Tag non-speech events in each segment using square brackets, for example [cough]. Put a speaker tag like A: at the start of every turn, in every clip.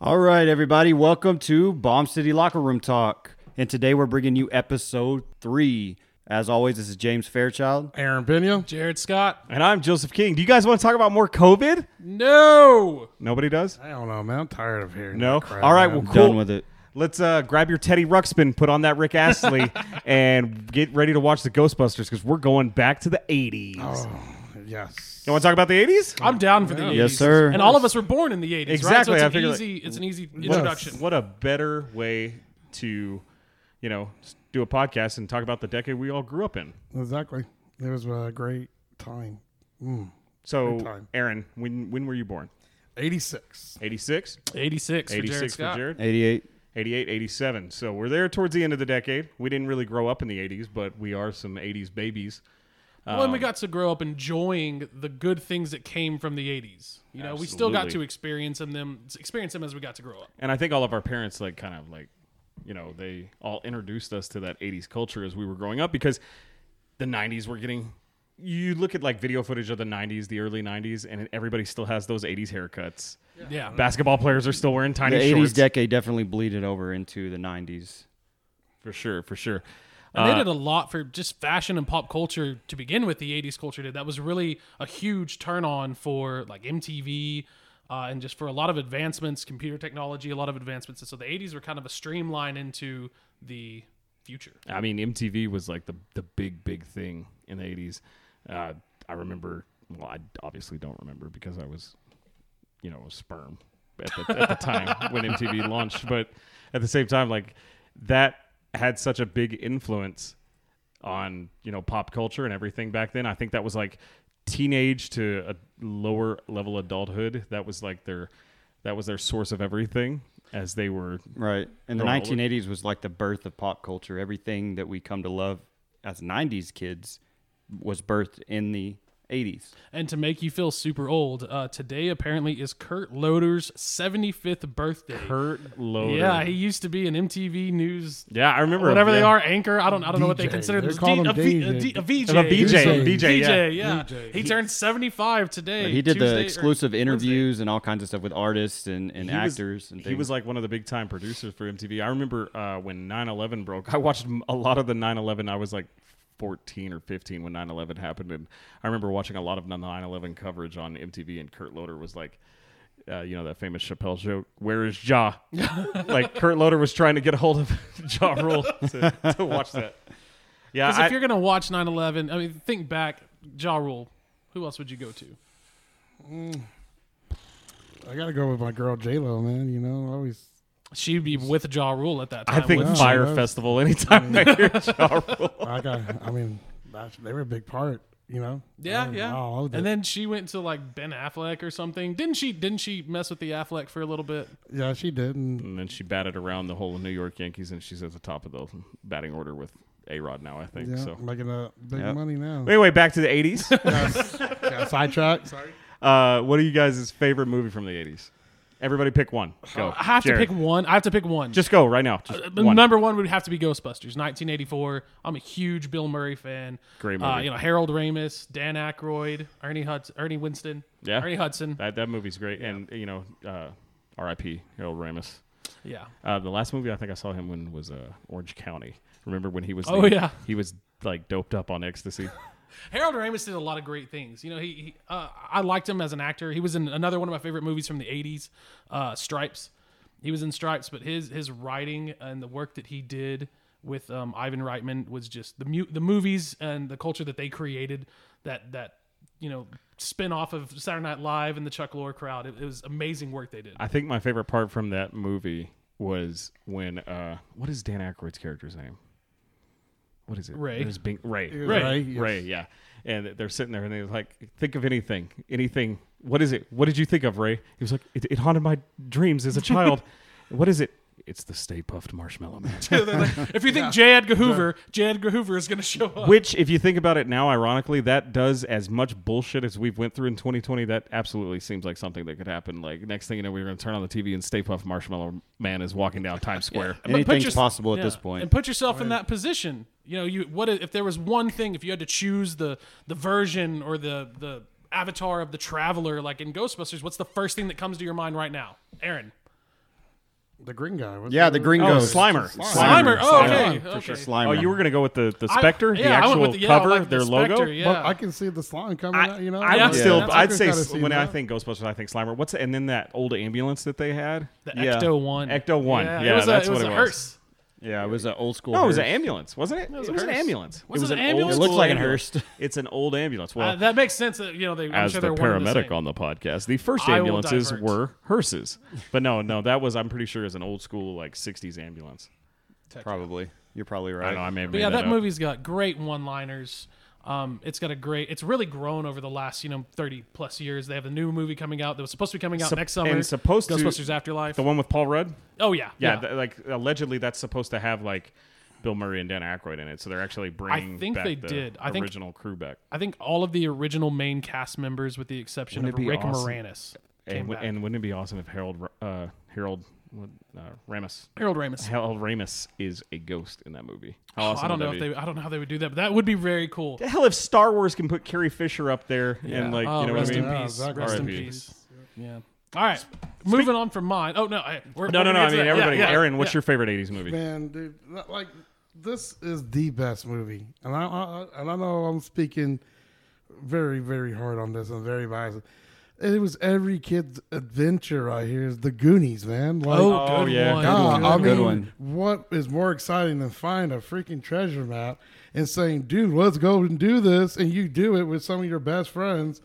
A: All right, everybody, welcome to Bomb City Locker Room Talk. And today we're bringing you episode three. As always, this is James Fairchild.
B: Aaron Pinion.
C: Jared Scott.
D: And I'm Joseph King. Do you guys want to talk about more COVID?
C: No.
D: Nobody does?
B: I don't know, man. I'm tired of hearing
D: No?
B: that crap,
D: All right,
B: man.
D: well, cool.
A: Done with it.
D: Let's uh, grab your Teddy Ruxpin, put on that Rick [laughs] Astley, and get ready to watch the Ghostbusters because we're going back to the 80s.
B: yes.
D: You want to talk about the 80s?
C: I'm down for the 80s.
A: Yes, sir.
C: And all of us were born in the 80s, right? So
D: Oh, Exactly,
C: it's
D: I
C: an
D: figured that-
C: easy it's an easy
D: What a-
C: introduction.
D: What a, better way to, you know, s- do a podcast and talk about the decade we all grew up in.
B: Exactly. It was a great time. Mm. Good
D: So,
B: time.
D: Aaron, when when were you born?
B: 86.
D: 86?
C: 86 for Jared
D: 86
C: Scott.
D: for Jared?
A: 88.
D: 88, 87. So we're there towards the end of the decade. We didn't really grow up in the 80s, but we are some 80s babies.
C: Well,
D: Oh.
C: and we got to grow up enjoying the good things that came from the 80s. You know, we still got
D: Absolutely.
C: to experience them, them experience them as we got to grow up.
D: and I think all of our parents like kind of like you know they all introduced us to that 80s culture as we were growing up because the 90s were getting you look at like video footage of the 90s the early 90s and everybody still has those 80s haircuts
C: Yeah.
D: basketball players are still wearing
A: The
D: tiny
A: 80s
D: shorts
A: decade definitely bleeded over into the 90s.
D: for sure for sure
C: And
D: Uh,
C: they did a lot for just fashion and pop culture to begin with. The '80s culture did that was really a huge turn on for like MTV, uh, and just for a lot of advancements, computer technology, a lot of advancements. And so the '80s were kind of a streamline into the future.
D: I mean, MTV was like the the big big thing in the eighties. Uh, I remember. Well, I obviously don't remember because I was, you know, a sperm at the, at the time when MTV launched. But at the same time, like that had such a big influence on you know pop culture and everything back then. I think that was like teenage to a lower level adulthood. That was like their that was their source of everything as they were
A: Right. And the
D: Roll it.
A: 1980s was like the birth of pop culture. Everything that we come to love as 90s kids was birthed in the 80s.
C: And to make you feel super old, uh, today apparently is Kurt Loder's 75th birthday.
D: Kurt Loder.
C: yeah, he used to be an MTV News.
D: Yeah, I remember
C: Whatever
D: yeah.
C: they are, anchor. I don't. I don't know what they
B: DJ.
C: consider
B: They're
C: this.
B: called
C: D-
B: them
C: a V- a
B: DJ.
C: D- a VJ.
D: A BJ,
B: DJ.
D: BJ, yeah.
C: DJ, yeah.
B: DJ.
C: He, turned 75 today.
A: But he did
C: Tuesday-
A: the
C: or
A: exclusive
C: Wednesday.
A: interviews and all kinds of stuff with artists and, and
D: He was-
A: actors and things.
D: He was like one of the big time producers for MTV. I remember uh, when 9/11 broke. I watched m- a lot of the 9/11. I was like 14 or 15 when 9/11 happened, and I remember watching a lot of the 9/11 coverage on MTV. And Kurt Loder was like. Uh, you know that famous Chappelle joke, "Where
A: [laughs]
D: is Ja?" like Kurt Loder was trying to get a hold of [laughs] Ja Rule to, to watch that. Yeah,
C: Because
D: I-
C: if you're gonna watch 9/11, I mean, think back. Ja Rule. Who else would you go to?
B: I got to go with my girl J-Lo, man. You know, always.
C: She'd be with Ja Rule at that
D: I
C: time.
D: think
C: wouldn't
B: Wow.
D: Fire Festival
A: Mm-hmm.
D: anytime I hear Ja Rule.
B: I got. I mean, that's, they were a big part, you know?
C: she? yeah,
B: I
C: yeah.
B: loved
C: and
B: it.
C: then she went to like Ben Affleck or something. Didn't she? Didn't she mess with the Affleck for a little bit?
B: yeah, she did. And
D: And then she batted around the whole New York Yankees, and she's at the top of the batting order with A Rod now, I think.
B: yeah,
D: So
B: making a big
A: Yep.
B: money
D: [laughs]
B: now.
D: anyway, back to the '80s.
C: [laughs]
B: Got sidetracked. Sorry.
D: uh, what are you guys' favorite movie from the '80s? Everybody pick one. Go.
C: I have
D: Jared.
C: to pick one. I have to pick one.
D: Just go right now. Just
C: Uh,
D: one.
C: Number one would have to be Ghostbusters, 1984. I'm a huge Bill Murray fan.
D: Great
C: Uh,
D: movie.
C: you know, Harold Ramis, Dan Aykroyd, Ernie Hudson, Ernie Winston,
D: Yeah.
C: Ernie Hudson.
D: that that movie's great, and you know, uh, R.I.P. Harold Ramis.
C: Yeah.
D: Uh, the last movie I think I saw him in was uh, Orange County. Remember when he was?
C: Oh,
D: the-
C: yeah.
D: He was like doped up on ecstasy.
C: Harold Ramis did a lot of great things. You know, he, he uh, I liked him as an actor. He was in another one of my favorite movies from the '80s, uh, Stripes. He was in Stripes, but his his writing and the work that he did with um, Ivan Reitman was just the mu- the movies and the culture that they created. That that you know spin off of Saturday Night Live and the Chuck Lorre crowd. It, it was amazing work they did. [laughs]
D: I think my favorite part from that movie was when uh, what is Dan Aykroyd's character's name? What is it?
C: Ray.
D: There's Bing, Ray.
B: Ray, Ray, yes.
D: Ray. Yeah. And they're sitting there and they're like, "Think of anything, anything. What is it? What did you think of, Ray?" He was like, "It, it haunted my dreams as a child. what is it? It's the Stay Puffed Marshmallow Man."
C: They're like, if you think J. Edgar Hoover, J. Edgar Hoover is going to show up.
D: [laughs] Which, if you think about it now, ironically, that does as much bullshit as we've went through in 2020. That absolutely seems like something that could happen. Like next thing you know, we're going to turn on the TV and Stay Puffed Marshmallow Man is walking down Times Square.
C: But put
A: Anything's
C: yours-
A: possible at
C: yeah,
A: this point.
C: And put yourself in that position. You know, you what if if there was one thing if you had to choose the the version or the the avatar of the traveler like in Ghostbusters, what's the first thing that comes to your mind right now? Aaron.
B: The green guy. What's
A: Yeah, the green
D: Oh,
A: ghost.
D: Slimer.
C: Slimer. Oh, okay.
A: For
C: okay.
A: sure, Slimer.
D: Oh, you were gonna go with the the
C: I-
D: Spectre, the
C: yeah, I went
D: actual
C: with the- yeah, I
D: cover,
C: like the
D: their logo.
C: Spectre,
B: But
C: yeah.
B: I can see the slime coming
D: I,
B: out, you know?
D: I
C: Yeah.
D: would still.
B: That's-
D: I'd
B: could
D: say
B: kinda
D: s-
B: see
D: when I
B: that.
D: think Ghostbusters, I think Slimer. What's and then that old ambulance that they had?
C: The
A: Yeah.
C: Ecto one.
D: Ecto one. Yeah,
C: it was
D: that's
C: a, it
D: what
C: was
D: it
C: a
D: was.
C: hearse.
A: yeah, it was an old school.
D: No, it was an
A: hearse.
D: ambulance, wasn't it? It was,
C: was a
D: an
C: hearse.
D: ambulance.
C: Was it an
D: old
C: ambulance? It
A: looked
D: school
A: like an
D: ambulance.
A: Hearst.
D: It's an old ambulance. Well,
C: Uh, that makes sense. That you know they. I'm
D: as
C: sure they're
D: the
C: one and
D: paramedic
C: same.
D: on the podcast, the first
C: I will
D: ambulances
C: divert.
D: were
C: [laughs]
D: hearses, but no, no, that was I'm pretty sure is an old school like '60s ambulance.
A: Probably. You're probably
D: I
A: right.
D: don't know. I may have
C: But
D: made
C: yeah, that
D: up.
C: movie's got great one-liners. Um, it's got a great. It's really grown over the last you know 30 plus years. They have a new movie coming out that was supposed to be coming out
D: Sup-
C: next summer.
D: and supposed to-
C: Ghostbusters Afterlife.
D: The one with Paul Rudd.
C: oh yeah,
D: Yeah, th- like allegedly that's supposed to have like Bill Murray and Dan Aykroyd in it, so they're actually bringing.
C: think
D: back
C: they
D: the
C: did. I think-
D: original crew back.
C: I think all of the original main cast members, with the exception
D: Wouldn't
C: of
D: it be
C: Rick
D: awesome?
C: Moranis, came
D: And, w-
C: back.
D: and wouldn't it be awesome if Harold Ra- uh, Harold uh, Ramis
C: Harold Ramis.
D: Harold Ramis is a ghost in that movie? How
C: Oh, I
D: awesome
C: don't
D: would
C: know
D: that
C: if
D: be?
C: they. I don't know how they would do that, but that would be very cool.
D: The hell if Star Wars can put Carrie Fisher up there and like
C: oh,
D: you know what I
C: rest
D: mean?
C: in
B: Yeah,
C: peace.
B: exactly.
C: Rest in
D: R.I.P.
C: peace. Yeah. All right. Moving on from mine. Oh no, I, we're,
D: No,
C: we're gonna
D: no, no.
C: get
D: I
C: to
D: mean,
C: that. Yeah,
D: everybody.
C: yeah,
D: Aaron, what's
C: yeah.
D: your favorite '80s movie?
B: Man, dude, not like this is the best movie, and I, I I- and I know I'm speaking very very hard on this and very biased. It was every kid's adventure right here is the Goonies, man. Like,
C: Oh,
D: Oh,
C: good
D: yeah.
C: one.
B: God,
C: Good
B: I
C: one.
B: mean,
A: Good one.
B: what is more exciting than find a freaking treasure map and saying, "Dude, let's go and do this," and you do it with some of your best friends,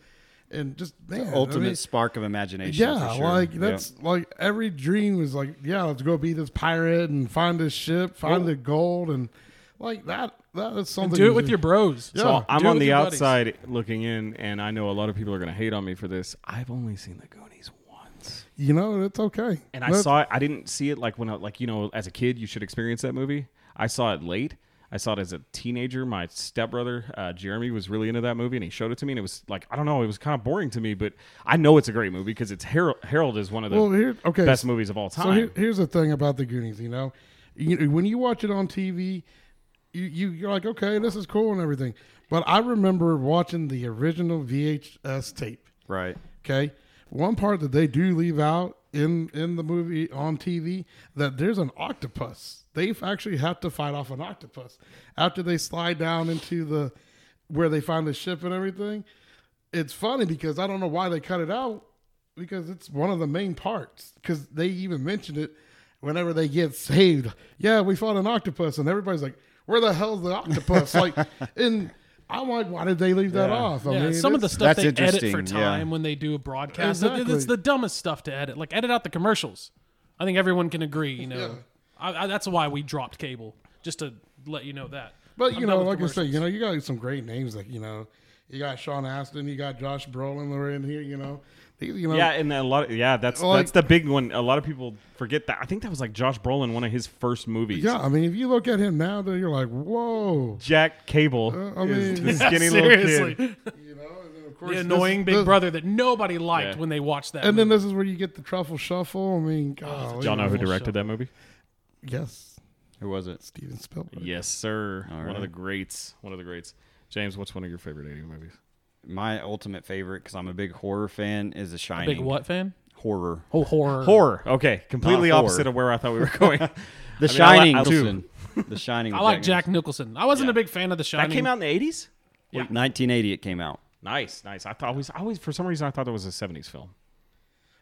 B: and just man, I
A: Ultimate
B: mean,
A: spark of imagination.
B: yeah,
A: for sure.
B: like
A: Yeah.
B: that's like every dream was like, yeah, let's go be this pirate and find this ship, find the gold, and like that. That is something.
C: Do
B: you
C: it with
B: should-
C: your bros.
B: Yeah.
D: So I'm
C: Do it
D: on
C: with
D: the
C: your buddies.
D: outside looking in, and I know a lot of people are going to hate on me for this. I've only seen the Goonies once,
B: You know, it's okay.
D: and I
B: Let's-
D: saw it. I didn't see it like when, I, like you know, as a kid, you should experience that movie. I saw it late. I saw it as a teenager. My stepbrother uh, Jeremy was really into that movie, and he showed it to me. And it was like I don't know, it was kind of boring to me, but I know it's a great movie because it's Harold. Harold is one of the
B: Well, here, okay,
D: best movies of all time.
B: So here, here's the thing about the Goonies. You know, you, when you watch it on TV, you, you you're like, okay, this is cool and everything. But I remember watching the original VHS tape.
A: right.
B: Okay. One part that they do leave out in in the movie on TV that there's an octopus. They actually have to fight off an octopus after they slide down into the where they find the ship and everything. It's funny because I don't know why they cut it out because it's one of the main parts because they even mentioned it whenever they get saved. Yeah, we fought an octopus and everybody's like, "Where the hell's the octopus?" like, and I'm like, "Why did they leave that off?" I
C: Yeah,
B: mean,
C: some of the
B: it's-
C: stuff
A: That's
C: they edit for
A: interesting, yeah.
C: time when they do a broadcast. It- It's
B: Exactly.
C: the dumbest stuff to edit. Like edit out the commercials. I think everyone can agree. You know, I, I, that's why we dropped cable. Just to let you know that.
B: But
C: I'm
B: you
C: done
B: know,
C: with
B: like I say,
C: commercials.
B: you know, you got some great names. Like you know, you got Sean Astin, you got Josh Brolin were in here. You know, These, you know,
D: Yeah, and a lot. Of, yeah, that's
B: Like-
D: that's the big one. A lot of people forget that. I think that was like Josh Brolin, one of his first movies.
B: yeah. I mean, if you look at him now, then you're like, whoa.
D: Jack Cable
B: Uh, I
D: is
B: mean- [laughs]
C: [laughs]
D: the
C: Yeah,
D: skinny little
C: seriously.
D: kid.
B: You know, and then of course
C: The
B: this-
C: annoying big
B: this-
C: brother that nobody liked
D: Yeah.
C: when they watched that.
B: And then
C: movie.
B: this is where you get the truffle shuffle. I mean, God,
D: Y'all know who directed that movie?
B: Yes,
A: Who was it?
B: Steven Spielberg.
D: Yes, sir.
A: All
D: one
A: right.
D: of the greats. One of the greats. James, what's one of your favorite 80 movies?
A: My ultimate favorite, because I'm a big horror fan, is The Shining.
C: big what fan?
A: Horror.
C: Oh, horror.
D: Horror. Okay, completely
A: horror.
D: opposite of where I thought [laughs] we were going. the
A: The Shining too. The
C: [laughs]
A: Shining.
C: I
A: with
C: like Jack Nicholson. I wasn't a big fan of The Shining.
D: That came out in the 80s.
A: Nicholson. 1980. It came out.
D: Nice, nice. I thought always, I always for some reason I thought that was a 70s film.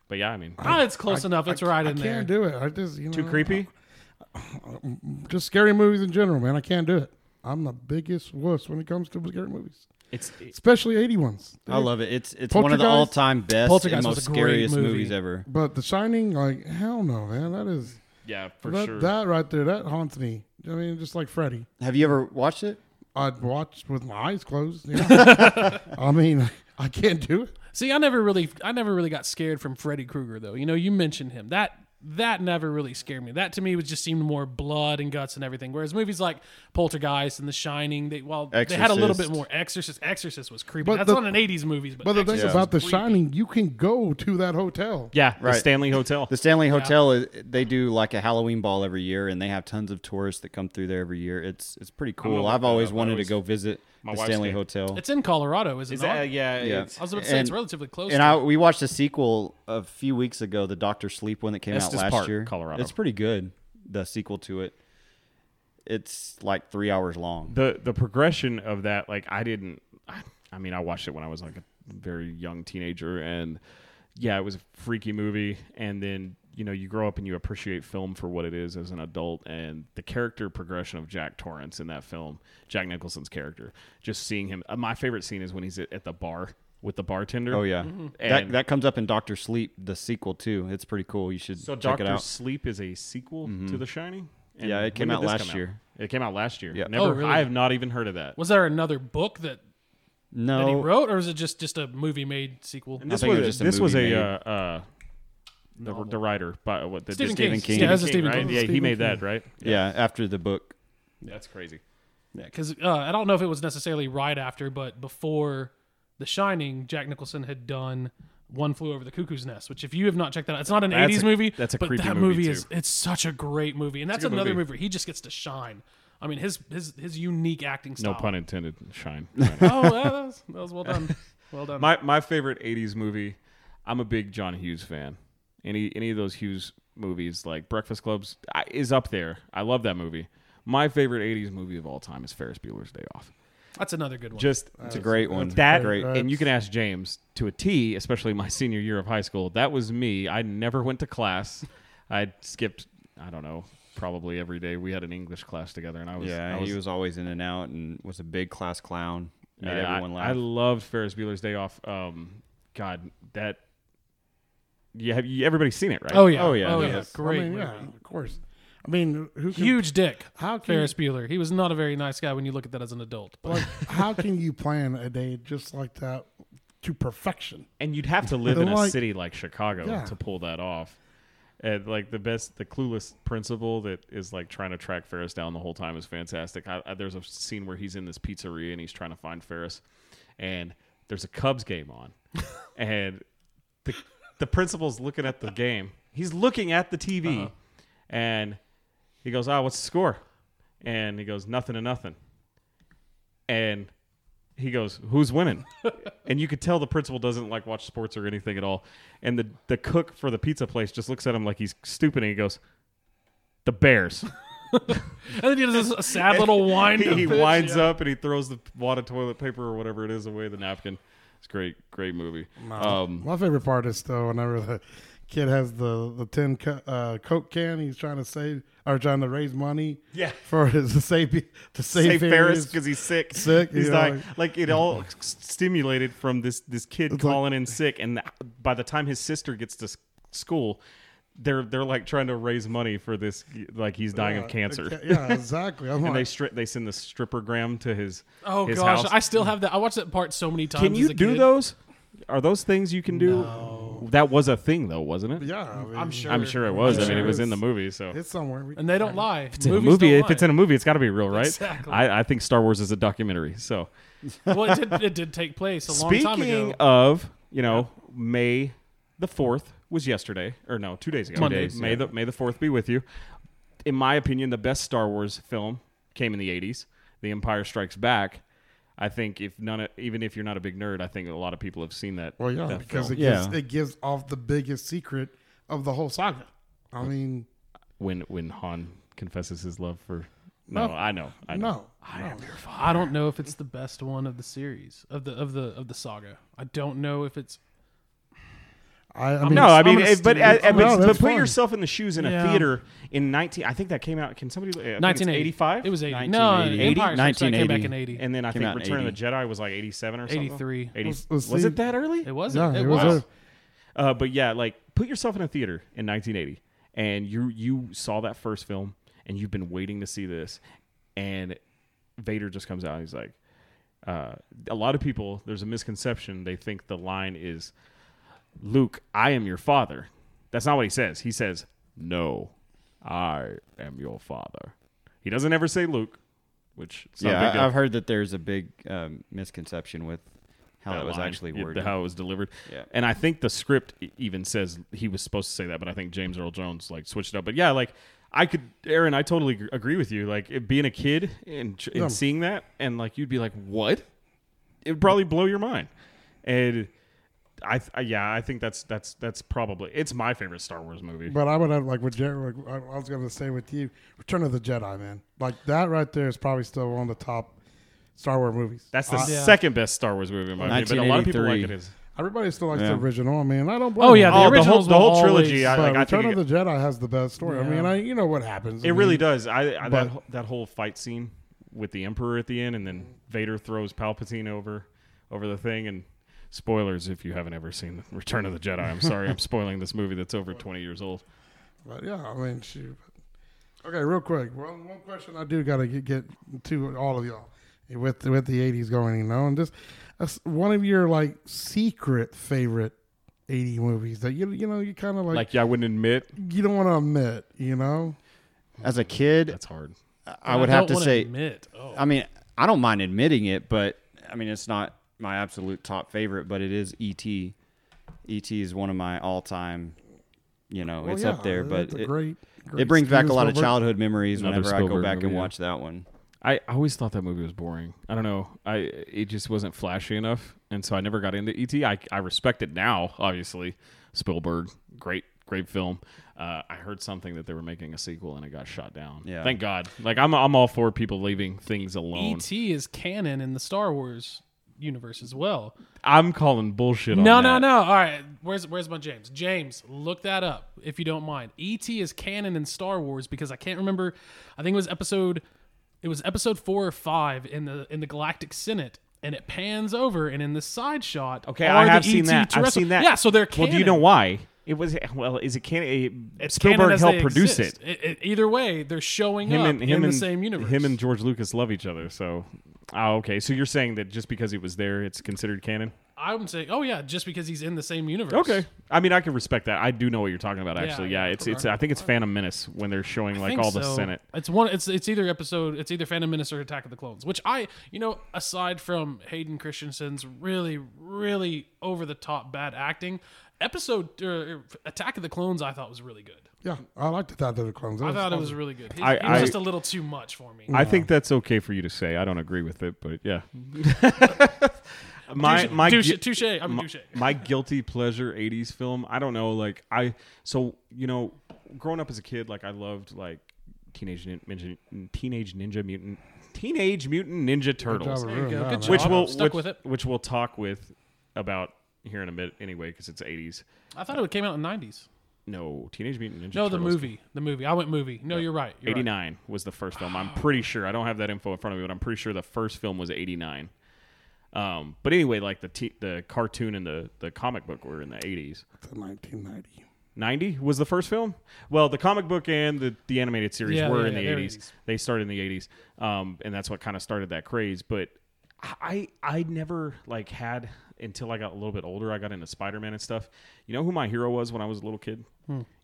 D: But yeah, I mean,
C: Ah, it's close enough. It's right
B: I
C: in
B: can't
C: there.
B: do it. I just you know,
D: too creepy.
B: Just scary movies in general, man. I can't do it. I'm the biggest wuss when it comes to scary movies,
D: It's
B: especially eighty ones.
A: I love it. It's it's one of the
B: Poltergeist?
A: all time best and
C: Poltergeist was
A: most
C: a great
A: scariest
C: movie.
A: movies ever.
B: But The Shining, like hell no, man. That is
D: yeah, for
B: that,
D: sure.
B: that right there, that haunts me. I mean, just like Freddy,
A: Have you ever watched it?
B: I'd watch with my eyes closed. You know? I mean, I can't do it.
C: See, I never really, I never really got scared from Freddy Krueger though. You know, you mentioned him. That that never really scared me. That to me was just seemed more blood and guts and everything. Whereas movies like Poltergeist and The Shining, they well, they had a little bit
A: Exorcist.
C: more. Exorcist, Exorcist was creepy.
B: But
C: That's
B: the-
C: not an '80s movies, but,
B: But the
C: Exorcist-
B: thing
A: Yeah.
B: about The Shining, you can go to that hotel.
D: yeah,
A: Right.
D: the Stanley Hotel.
A: The Stanley Hotel is they do like a Halloween ball every year, and they have tons of tourists that come through there every year. It's it's pretty cool.
D: gonna
A: I've
D: look that
A: always
D: up. I
A: wanted
D: always-
A: to go visit
D: My
A: the
D: wife's
A: Stanley
D: name.
A: Hotel.
C: It's in Colorado, is it
D: Is
C: not?
D: that, yeah,
A: Yeah.
D: it's-
C: I was about to say it's
A: and-
C: relatively close.
A: and
C: to
A: I we watched a sequel a few weeks ago, the Doctor Sleep one that came out
D: Estes
A: last
D: Park,
A: year.
D: Colorado.
A: It's pretty good. The sequel to it. It's like three hours long.
D: the the progression of that like i didn't I, I mean i watched it when i was like a very young teenager and yeah it was a freaky movie and then you know you grow up and you appreciate film for what it is as an adult and the character progression of jack torrance in that film jack nicholson's character just seeing him uh, my favorite scene is when he's at, at the bar with the bartender
A: Oh yeah,
C: Mm-hmm.
A: that
D: Mm-hmm. And-
A: that comes up in Doctor Sleep, the sequel too. It's pretty cool. You should
D: so
A: check
D: doctor
A: it out. Mm-hmm.
D: sleep is a sequel to the shining And
A: Yeah, it
D: when
A: came
D: did
A: out
D: this
A: last
D: come
A: year.
D: it came out last year
A: Yeah.
D: never
C: Oh, really?
D: i have not even heard of that
C: was there another book that, that he
A: No,
C: wrote, or is it just just a movie made sequel?
D: And this
A: think it
D: was,
A: was just a
D: this was
A: movie
D: a
A: made.
D: uh, uh, the, the writer, by what the,
C: Stephen
D: the-
C: King.
A: King.
C: Yeah, that's a Stephen
D: right?
C: King.
D: Yeah, he
B: Stephen
D: made that right.
A: yeah, after the book.
D: that's crazy.
C: because uh, I don't know if it was necessarily right after, but before The Shining, Jack Nicholson had done One Flew Over the Cuckoo's Nest, which if you have not checked that out, it's not an
D: That's
C: 80s
D: a-
C: movie.
D: that's a
C: but
D: creepy
C: that
D: movie,
C: movie is
D: too.
C: it's such a great movie, and that's
D: good
C: another
D: movie.
C: movie. where he just gets to shine. I mean, his his his unique acting
D: No
C: style.
D: pun intended. [laughs] Shine.
C: Oh, well, that, was, that was well
D: [laughs]
C: done. Well done.
D: my my favorite '80s movie. I'm a big John Hughes fan. Any any of those Hughes movies, like Breakfast Clubs, I, is up there. I love that movie. My favorite '80s movie of all time is Ferris Bueller's Day Off.
C: that's another good one.
D: Just
A: It's a great one.
D: that
A: great.
D: and you can ask James to a T, especially my senior year of high school. That was me. I never went to class. I skipped. I don't know. Probably every day we had an English class together, and I was
A: yeah,
D: I was,
A: he was always in and out and was a big class clown. Made
D: yeah,
A: everyone
D: I,
A: laugh.
D: I loved Ferris Bueller's Day Off. Um, God, that you have you, everybody's seen it, right?
C: oh yeah,
A: Oh, yeah,
C: oh yeah,
A: yes.
C: great.
B: I mean, yeah,
C: movie.
B: of course. I mean, who can,
C: Huge
D: [laughs]
C: dick.
B: How can
C: Ferris Bueller. He was not a very nice guy when you look at that as an adult. But
B: like how can you plan a day just like that to perfection?
D: and you'd have to live in a
B: Like-
D: city like Chicago
B: Yeah.
D: to pull that off. And like the best, the clueless principal that is like trying to track Ferris down the whole time is fantastic. I, I, there's a scene where he's in this pizzeria and he's trying to find Ferris, and there's a Cubs game
B: [laughs]
D: on, and the the principal's looking at the game. He's looking at the TV,
B: Uh-huh.
D: and he goes, "Ah, what's the score?" And he goes, "Nothing to nothing." And he goes, "Who's winning?" and you could tell the principal doesn't like watch sports or anything at all. And the the cook for the pizza place just looks at him like he's stupid, and he goes, "The Bears."
C: and then he does this sad little wind.
D: [laughs] he, he
C: up.
D: winds up and he throws the wad of toilet paper or whatever it is away the napkin. It's great, great movie. Um,
B: My favorite part is though whenever the kid has the the tin co- uh, Coke can, he's trying to save or trying to raise money.
D: Yeah.
B: for his to save to
D: Say
B: save,
D: Ferris because he's sick.
B: sick,
D: He's
B: you know,
D: dying. Like, it all stimulated from this this kid calling in sick, and by the time his sister gets to s- school, they're they're like trying to raise money for this. Like he's dying of cancer.
B: Yeah, exactly. I'm
D: [laughs] and they
B: like,
D: stri- they send the strippergram to his
C: Oh
D: his
C: gosh,
D: house. Mm.
C: I still have that. I watched that part so many times.
D: can
C: as
D: you
C: a
D: do
C: kid.
D: those? Are those things you can do? That was a thing though, wasn't it?
B: yeah, I mean,
C: I'm sure.
D: I'm sure it was. I mean, it
B: sure
D: was in the
B: it's-
D: movie, so
B: it's somewhere. We-
C: And they don't lie.
D: it's in a movie. If it's in a movie, it's got to be real, right?
C: Exactly.
D: I, I think Star Wars is a documentary. So
C: well, it did, it did take place a long time
D: speaking
C: ago.
D: of, you know, May the fourth was yesterday, or no, two days ago.
A: Monday, days,
D: May
A: yeah.
D: the May the fourth be with you. In my opinion, the best Star Wars film came in the '80s, The Empire Strikes Back. I think if none, of, even if you're not a big nerd, I think a lot of people have seen that.
B: Well, yeah,
D: that
B: because
D: film.
B: it gives,
A: Yeah.
B: it gives off the biggest secret of the whole saga. I mean,
D: when when Han confesses his love for. No,
B: No.
D: I know. I know.
B: no, no.
C: I don't know if it's the best one of the series of the of the of the saga. I don't know if it's.
B: I, I mean,
D: No, I mean,
C: gonna
D: it- but,
C: steal-
D: uh, but,
B: No,
D: but
B: that's
D: put
B: fine.
D: yourself in the shoes in
C: Yeah.
D: a theater in 19. I think that came out. Can somebody? uh, I think it's
C: 1980.
D: 85?
C: It was 80. No,
A: 1980.
C: Empire Strikes Back came back in 80.
D: And then I
A: Came
D: think
A: out in
D: Return of
A: 80.
D: the Jedi was like 87 or something.
C: 83.
D: 80.
B: Was-
D: Was,
B: was the-
D: it that early?
C: It wasn't.
B: Yeah,
C: it
B: it was
C: was.
B: a-
D: Uh, but yeah, like put yourself in a theater in 1980 and you you saw that first film and you've been waiting to see this and Vader just comes out and he's like uh, a lot of people there's a misconception they think the line is Luke, I am your father. That's not what he says. He says, "No, I am your father." He doesn't ever say Luke, which it's not a big
A: yeah,
D: deal
A: I, I've heard that there's a big um, misconception with how that, was
D: line,
A: actually
D: yeah,
A: worded.
D: how it was delivered.
A: Yeah.
D: And I think the script e- even says he was supposed to say that, but I think James Earl Jones like switched it up. But yeah, like I could, Aaron. I totally ag- agree with you. Like it, being a kid and, tr- and seeing that, and like you'd be like, "What?" It would probably blow your mind. And I, th- I, yeah, I think that's that's that's probably it's my favorite Star Wars movie.
B: But I would have like with Jared, like, I I was gonna say with you, Return of the Jedi, man. Like that right there is probably still one of the top Star Wars movies.
D: That's the
B: I-
C: Yeah.
D: second best Star Wars movie in my opinion. But a lot of people like
A: 1983.
D: it as
B: everybody still likes
D: Yeah.
B: the original. I mean, I don't. Blame
C: Oh yeah,
B: them.
C: the,
D: Oh, the whole-
C: originals
D: the
C: will
D: whole
C: always-
D: trilogy, I-
B: but
D: like,
B: Return
D: think
B: of the Jedi has the best story. I
C: Yeah.
B: mean, I you know what happens. I
D: It
B: mean,
D: really does. I, I that
B: But-
D: wh- that whole fight scene with the Emperor at the end, and then Vader throws Palpatine over over the thing. And spoilers if you haven't ever seen Return of the Jedi. I'm sorry,
B: [laughs]
D: I'm spoiling this movie that's over 20 years old.
B: But yeah, I mean, shoot. Okay, real quick. One one question I do got to get, get to all of y'all with with the '80s going, you know, and just that's one of your like secret favorite '80 movies that you you know you kind of like,
D: Like, yeah, I wouldn't admit
B: you don't want to admit, you know.
A: As a kid,
D: that's hard.
A: I would
C: don't
A: have to
C: wanna
A: say.
C: admit. Oh.
A: I mean, I don't mind admitting it, but I mean, it's not my absolute top favorite, but it is E ET. ET is one of my all-time. You know, it's
B: Well,
A: up
B: yeah,
A: there, but
B: that's a
A: it,
B: great, great
A: it brings back a
B: Steven
A: lot of
B: Spielberg.
A: childhood memories
D: Another
A: whenever I go
D: Spielberg
A: back and
D: movie, yeah.
A: watch that one.
D: I I always thought that movie was boring. I don't know. I it just wasn't flashy enough, and so I never got into ET. I I respect it now, obviously. Spielberg, great great film. Uh, I heard something that they were making a sequel, and it got shot down.
A: Yeah.
D: thank God. Like I'm I'm all for people leaving things alone.
C: ET E is canon in the Star Wars universe as well.
D: I'm calling bullshit.
C: No,
D: on
C: no,
D: that.
C: no. All right, where's where's my James? James, look that up if you don't mind. ET is canon in Star Wars because I can't remember. I think it was episode, it was episode four or five in the in the Galactic Senate, and it pans over, and in the side shot,
D: Okay,
C: are
D: I have
C: the
D: seen
C: ET
D: that. I've
C: terrestri-
D: seen that.
C: Yeah, so they're
D: Well,
C: canon.
D: do you know why? It was well. Is it can? It,
C: It's canon
D: Spielberg
C: as
D: helped
C: they
D: produce
C: exist.
D: it.
C: I- I- Either way, they're showing
D: him
C: up
D: and him
C: in
D: and
C: the same universe.
D: Him and George Lucas love each other, so oh, okay. So you're saying that just because he was there, it's considered canon?
C: I'm saying, oh yeah, just because he's in the same universe.
D: Okay, I mean I can respect that. I do know what you're talking about.
C: Yeah,
D: Actually, yeah,
C: yeah,
D: it's it's. I think it's Phantom Menace when they're showing like
C: think
D: all the
C: so.
D: Senate.
C: It's one. It's it's either episode. It's either Phantom Menace or Attack of the Clones. Which I, you know, aside from Hayden Christensen's really, really over the top bad acting, episode er, Attack of the Clones I thought was really good.
B: Yeah, I liked the Attack of the Clones.
C: I thought it was
B: awesome.
C: really good. He,
D: I-
C: he was
D: I-
C: just a little too much for me.
D: I think that's okay for you to say. I don't agree with it, but
C: [laughs]
D: yeah. my
C: Touche-
D: my
C: touche,
D: gui-
C: touche. I mean,
D: my,
C: touche.
D: my guilty pleasure 80s film i don't know like i so you know growing up as a kid like i loved like teenage Nin- ninja teenage ninja mutant teenage mutant ninja turtles
B: Good job of
C: There you
B: ruining
C: go.
B: that,
C: Good
B: man.
C: job.
D: which we'll
C: Stuck
D: which,
C: with it.
D: which we'll talk with about here in a minute anyway because it's 80s
C: I thought it came out in the 90s.
D: no teenage mutant ninja
C: No, the
D: turtles
C: movie. The movie. I went movie. No, you're right. You're right.
D: 89 was the first film. I'm pretty sure. I don't have that info in front of me, but I'm pretty sure the first film was 89. Um, but anyway, like the t- the cartoon and the the comic book were in the 80s.
B: It's a 1990.
D: 90 was the first film. Well, the comic book and the, the animated series
C: Yeah,
D: were
C: yeah,
D: in the
C: yeah, they're
D: 80s.
C: 80s.
D: They started in the 80s. Um, and that's what kind of started that craze, but I I never like had until I got a little bit older, I got into Spider-Man and stuff. You know who my hero was when I was a little kid?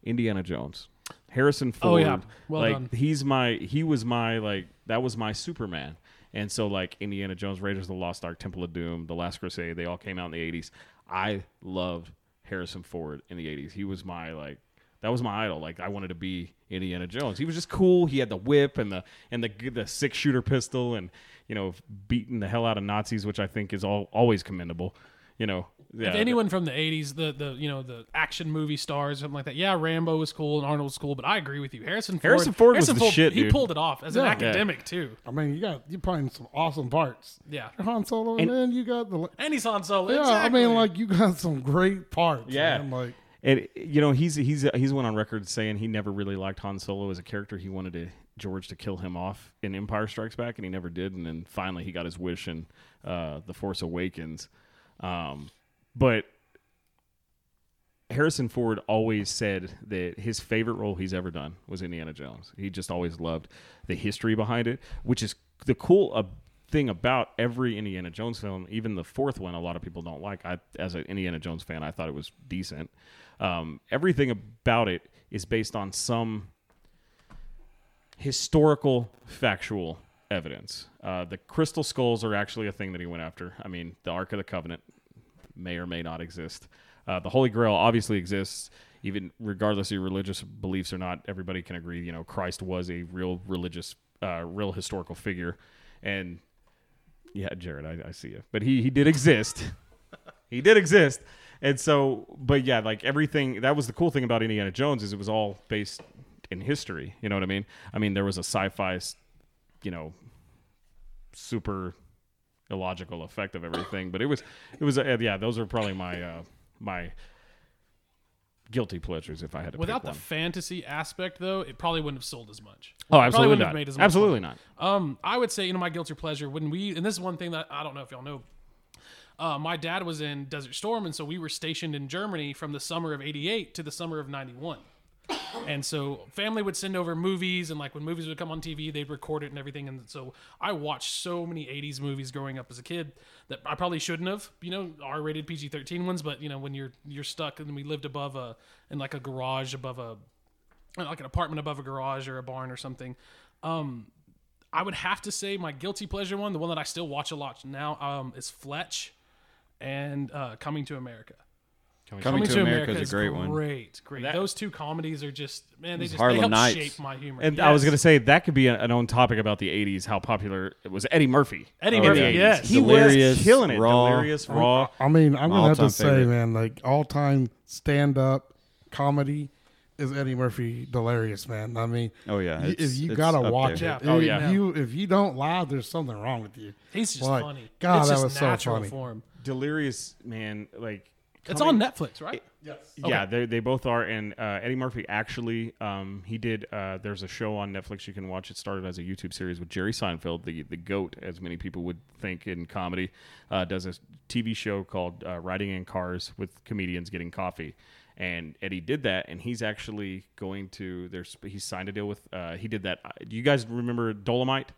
D: Indiana Jones. Harrison Ford.
C: Hmm. Oh, yeah. Well
D: like
C: done.
D: he's my he was my like that was my Superman. And so like Indiana Jones, Raiders of the Lost Ark, Temple of Doom, The Last Crusade, they all came out in the 80s. I loved Harrison Ford in the 80s. He was my like that was my idol. Like I wanted to be Indiana Jones. He was just cool. He had the whip and the and the the six shooter pistol and you know beating the hell out of Nazis, which I think is all always commendable. You know, yeah,
C: if anyone from the '80s, the the you know the action movie stars, something like that. Yeah, Rambo was cool and Arnold was cool, but I agree with you. Harrison Ford,
D: Harrison Ford was
C: Harrison
D: the shit,
C: He
D: dude.
C: pulled it off as an
B: Yeah.
C: academic too.
B: I mean, you got you playing some awesome parts.
C: Yeah,
B: Han Solo, and then you got the
C: and he's Han Solo.
B: Yeah,
C: exactly.
B: I mean, like you got some great parts.
D: Yeah.
B: man. like
D: And you know, he's he's he's went on record saying he never really liked Han Solo as a character. He wanted to George to kill him off in Empire Strikes Back, and he never did. And then finally, he got his wish in uh, The Force Awakens. Um, but Harrison Ford always said that his favorite role he's ever done was Indiana Jones. He just always loved the history behind it, which is the cool uh, thing about every Indiana Jones film, even the fourth one. A lot of people don't like. I, as an Indiana Jones fan, I thought it was decent. Um, everything about it is based on some historical, factual evidence. Uh, the crystal skulls are actually a thing that he went after. I mean, the Ark of the Covenant may or may not exist. Uh, the Holy Grail obviously exists. even regardless of your religious beliefs or not, everybody can agree. You know, Christ was a real religious, uh, real historical figure, and yeah, Jared, I, I see you, but he he
C: [laughs]
D: did exist. he did exist. And so, but yeah, like everything, that was the cool thing about Indiana Jones is it was all based in history. You know what I mean? I mean, there was a sci-fi, s- you know, super illogical effect of everything, but it was, it was, uh, yeah, those are probably my, uh, my guilty pleasures if I had to
C: Without
D: pick
C: the
D: one.
C: fantasy aspect, though, it probably wouldn't have sold as much.
D: Oh,
C: It probably
D: absolutely
C: wouldn't have
D: not.
C: made as much
D: Absolutely not.
C: Um, I would say, you know, my guilty pleasure when we, and this is one thing that I don't know if y'all know. Uh, my dad was in Desert Storm, and so we were stationed in Germany from the summer of '88 to the summer of '91. And so family would send over movies, and like when movies would come on TV, they'd record it and everything. And so I watched so many '80s movies growing up as a kid that I probably shouldn't have, you know, R-rated PG-13 ones. But you know, when you're you're stuck, and we lived above a in like a garage above a like an apartment above a garage or a barn or something. Um, I would have to say my guilty pleasure one, the one that I still watch a lot now, um, is Fletch and uh, Coming to America.
A: Coming to America
C: America
A: is a great one.
C: Great, great.
D: That-
C: Those two comedies are just man, they just
A: Harlem
C: they help
A: Nights.
C: shape my humor.
D: And
C: Uh,
D: I was
C: Yes.
D: going to say that could be a- an own topic about the 80s, how popular it was Eddie Murphy.
C: Eddie
D: in the
C: Murphy,
D: 80s.
C: yes.
D: He
A: Delirious,
D: was killing it.
A: Raw.
D: Delirious, raw.
B: I mean, I'm gonna have to
A: all-time
B: say,
A: favorite.
B: man, like all time stand up comedy is Eddie Murphy delirious, man. I mean,
A: Oh, yeah,
B: y- if
A: it's-
B: you
A: it's
B: gotta
A: up
B: watch
C: there.
B: it,
C: Yeah.
D: Oh,
B: If
D: yeah.
B: you if you don't laugh, there's something wrong with you.
C: he's just
B: Like,
C: funny.
B: God,
C: it's
B: that
C: just
B: was so
C: natural
B: funny.
C: form.
D: Delirious, man. Like
C: It's
D: coming-
C: on Netflix, right?
B: Yes.
D: Yeah, they they both are. And uh, Eddie Murphy actually, um, he did. Uh, there's a show on Netflix you can watch. It started as a YouTube series with Jerry Seinfeld, the the goat, as many people would think in comedy. Uh, does a TV show called uh, Riding in Cars with comedians getting coffee. And Eddie did that, and he's actually going to. There's he signed a deal with. Uh, he did that. Do you guys remember Dolomite?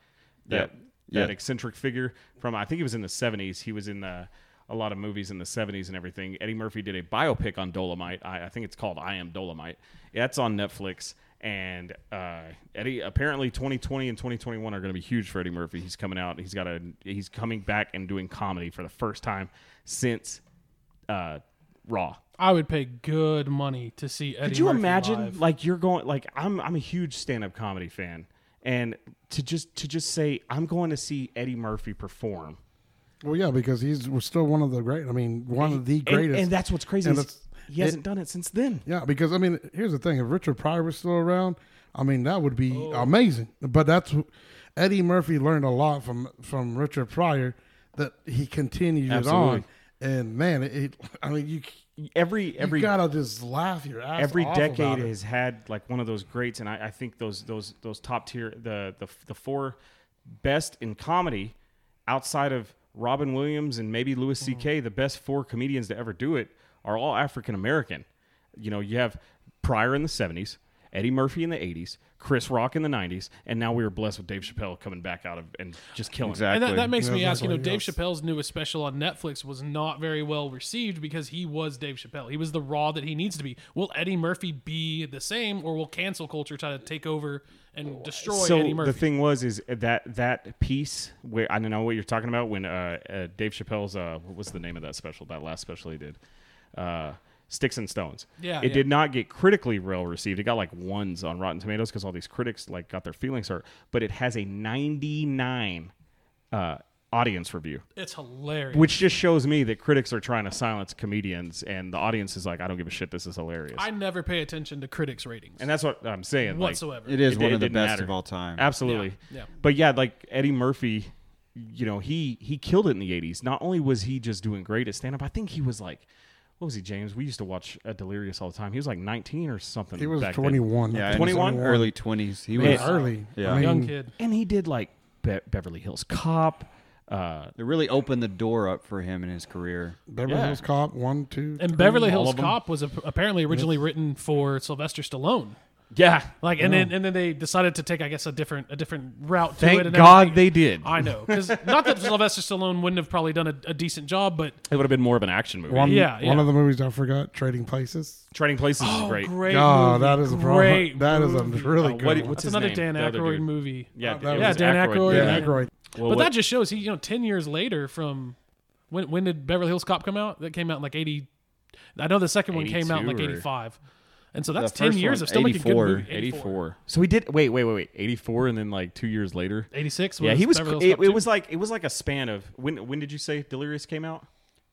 D: That
A: Yep.
D: that
A: Yep.
D: eccentric figure from I think he was in the 70s. He was in the, a lot of movies in the 70s and everything. Eddie Murphy did a biopic on Dolomite. I, I think it's called I Am Dolomite. That's on Netflix. And uh, Eddie apparently 2020 and 2021 are going to be huge for Eddie Murphy. He's coming out. He's got a he's coming back and doing comedy for the first time since uh, Raw.
C: I would pay good money to see Eddie.
D: Could you
C: Murphy
D: imagine
C: live.
D: like you're going like I'm I'm a huge stand-up comedy fan and to just to just say I'm going to see Eddie Murphy perform
B: Well, yeah, because he's we're still one of the great. I mean, one of the
D: And-
B: greatest.
D: And, that's what's crazy.
B: And
D: is
B: it's-
D: he hasn't done it since then.
B: Yeah, because I mean, here's the thing: if Richard Pryor was still around, I mean, that would be
D: Oh.
B: amazing. But that's wh- Eddie Murphy learned a lot from from Richard Pryor that he continued it on.
D: Absolutely.
B: And man, it, it I mean, you c-
D: Every every
B: you gotta just laugh your ass
D: every
B: off
D: decade
B: about it.
D: has had like one of those greats, and I, I think those those those top tier the the the four best in comedy outside of Robin Williams and maybe Louis C.K. The best four comedians to ever do it are all African American. You know, you have Pryor in the seventies. Eddie Murphy in the '80s, Chris Rock in the '90s, and now we were blessed with Dave Chappelle coming back out of and just killing. it.
A: Exactly.
C: And that, that makes me
B: Yeah,
C: ask, you know,
B: that's
C: Dave
B: what it
C: Chappelle's newest special on Netflix was not very well received because he was Dave Chappelle. He was the raw that he needs to be. Will Eddie Murphy be the same or will cancel culture try to take over and destroy
D: so
C: Eddie Murphy?
D: the thing was is that that piece where I don't know what you're talking about when uh, uh, Dave Chappelle's uh, what was the name of that special that last special he did uh, Sticks and Stones
C: Yeah,
D: it
C: yeah.
D: did not get critically well received it got like ones on Rotten Tomatoes because all these critics like got their feelings hurt but it has a 99 uh, audience review
C: it's hilarious.
D: which just shows me that critics are trying to silence comedians and the audience is like I don't give a shit this is hilarious
C: I never pay attention to critics' ratings
D: and that's what I'm saying like,
C: whatsoever.
A: it is
D: It-
A: one
D: it
A: of the
D: didn't
A: best
D: matter.
A: of all time.
D: Absolutely.
C: Yeah, yeah.
D: But yeah, like Eddie Murphy, you know, he he killed it in the 80s. Not only was he just doing great at stand up, I think he was like what was he, James? We used to watch uh, Delirious all the time. He was like 19 or something.
B: He was
D: back then.
B: 21.
A: Yeah, in
D: 21?
A: his early 20s. He was
B: Yeah, early.
A: Yeah.
B: I mean,
C: Young kid.
D: And he did like Be- Beverly Hills Cop. Uh,
A: It really opened the door up for him in his career.
B: Beverly
D: Yeah.
B: Hills Cop, one, two,
C: And
B: three.
C: Beverly
D: all
C: Hills
D: of 'em.
C: Cop was ap- apparently originally written for Sylvester Stallone.
D: yeah.
C: Like and then and then they decided to take I guess a different a different route to it.
D: Thank
C: and
D: God
C: everything.
D: they did.
C: I know because not that Sylvester Stallone wouldn't have probably done a, a decent job, but
D: It would have been more of an action movie.
B: One,
C: Yeah,
B: one
C: yeah.
B: of the movies I forgot, Trading Places.
D: Trading Places is great.
C: Oh, Great.
B: God,
C: movie.
B: that is a
C: great
B: problem. That is a
C: movie.
B: really
D: Uh,
B: good
D: what-
B: one.
C: That's
D: what's his
C: another
D: name?
C: Dan
D: The other
C: Aykroyd
D: dude.
C: movie.
B: that
D: Yeah, it
B: was-
D: was
C: Yeah, Oh, Dan Aykroyd.
B: Dan
C: Yeah.
B: Aykroyd.
D: Well,
C: but
D: what-
C: that just shows he, you know, ten years later from when when did Beverly Hills Cop come out? That came out in like eighty. I know the second one came out in like
D: 82 or-
C: eighty five. And so that's
A: The
C: ten
A: first
C: years
A: one,
C: of still making good
A: 84.
C: movie.
D: 84. So he did. Wait, wait, wait, wait. 84, and then like two years later.
C: 86 was
D: Yeah, he was.
C: Beverly Hills
D: It,
C: Cop
D: it
C: 2.
D: was like it was like a span of when. When did you say Delirious came out?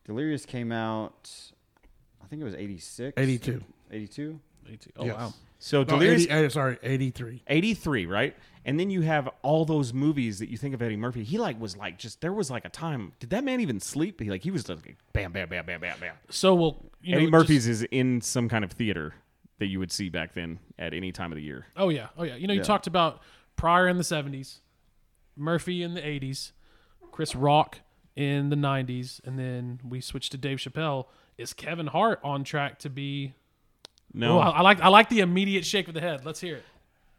A: Delirious came out, I think it was 86.
B: 82.
A: 82?
C: 82. Oh
B: Yes.
C: wow.
D: So
B: No,
D: Delirious
B: 80 eh, sorry, 83.
D: 83, right? And then you have all those movies that you think of Eddie Murphy. He like was like just there was like a time. Did that man even sleep? He like he was just like bam, bam, bam, bam, bam, bam.
C: So well, you
D: Eddie
C: know,
D: Murphy's
C: just-
D: is in some kind of theater that you would see back then at any time of the year.
C: oh yeah, oh yeah. You know, you
A: Yeah.
C: talked about Pryor in the seventies, Murphy in the eighties, Chris Rock in the nineties, and then we switched to Dave Chappelle. Is Kevin Hart on track to be?
D: No,
C: Oh, I, I like I like the immediate shake of the head. Let's hear it.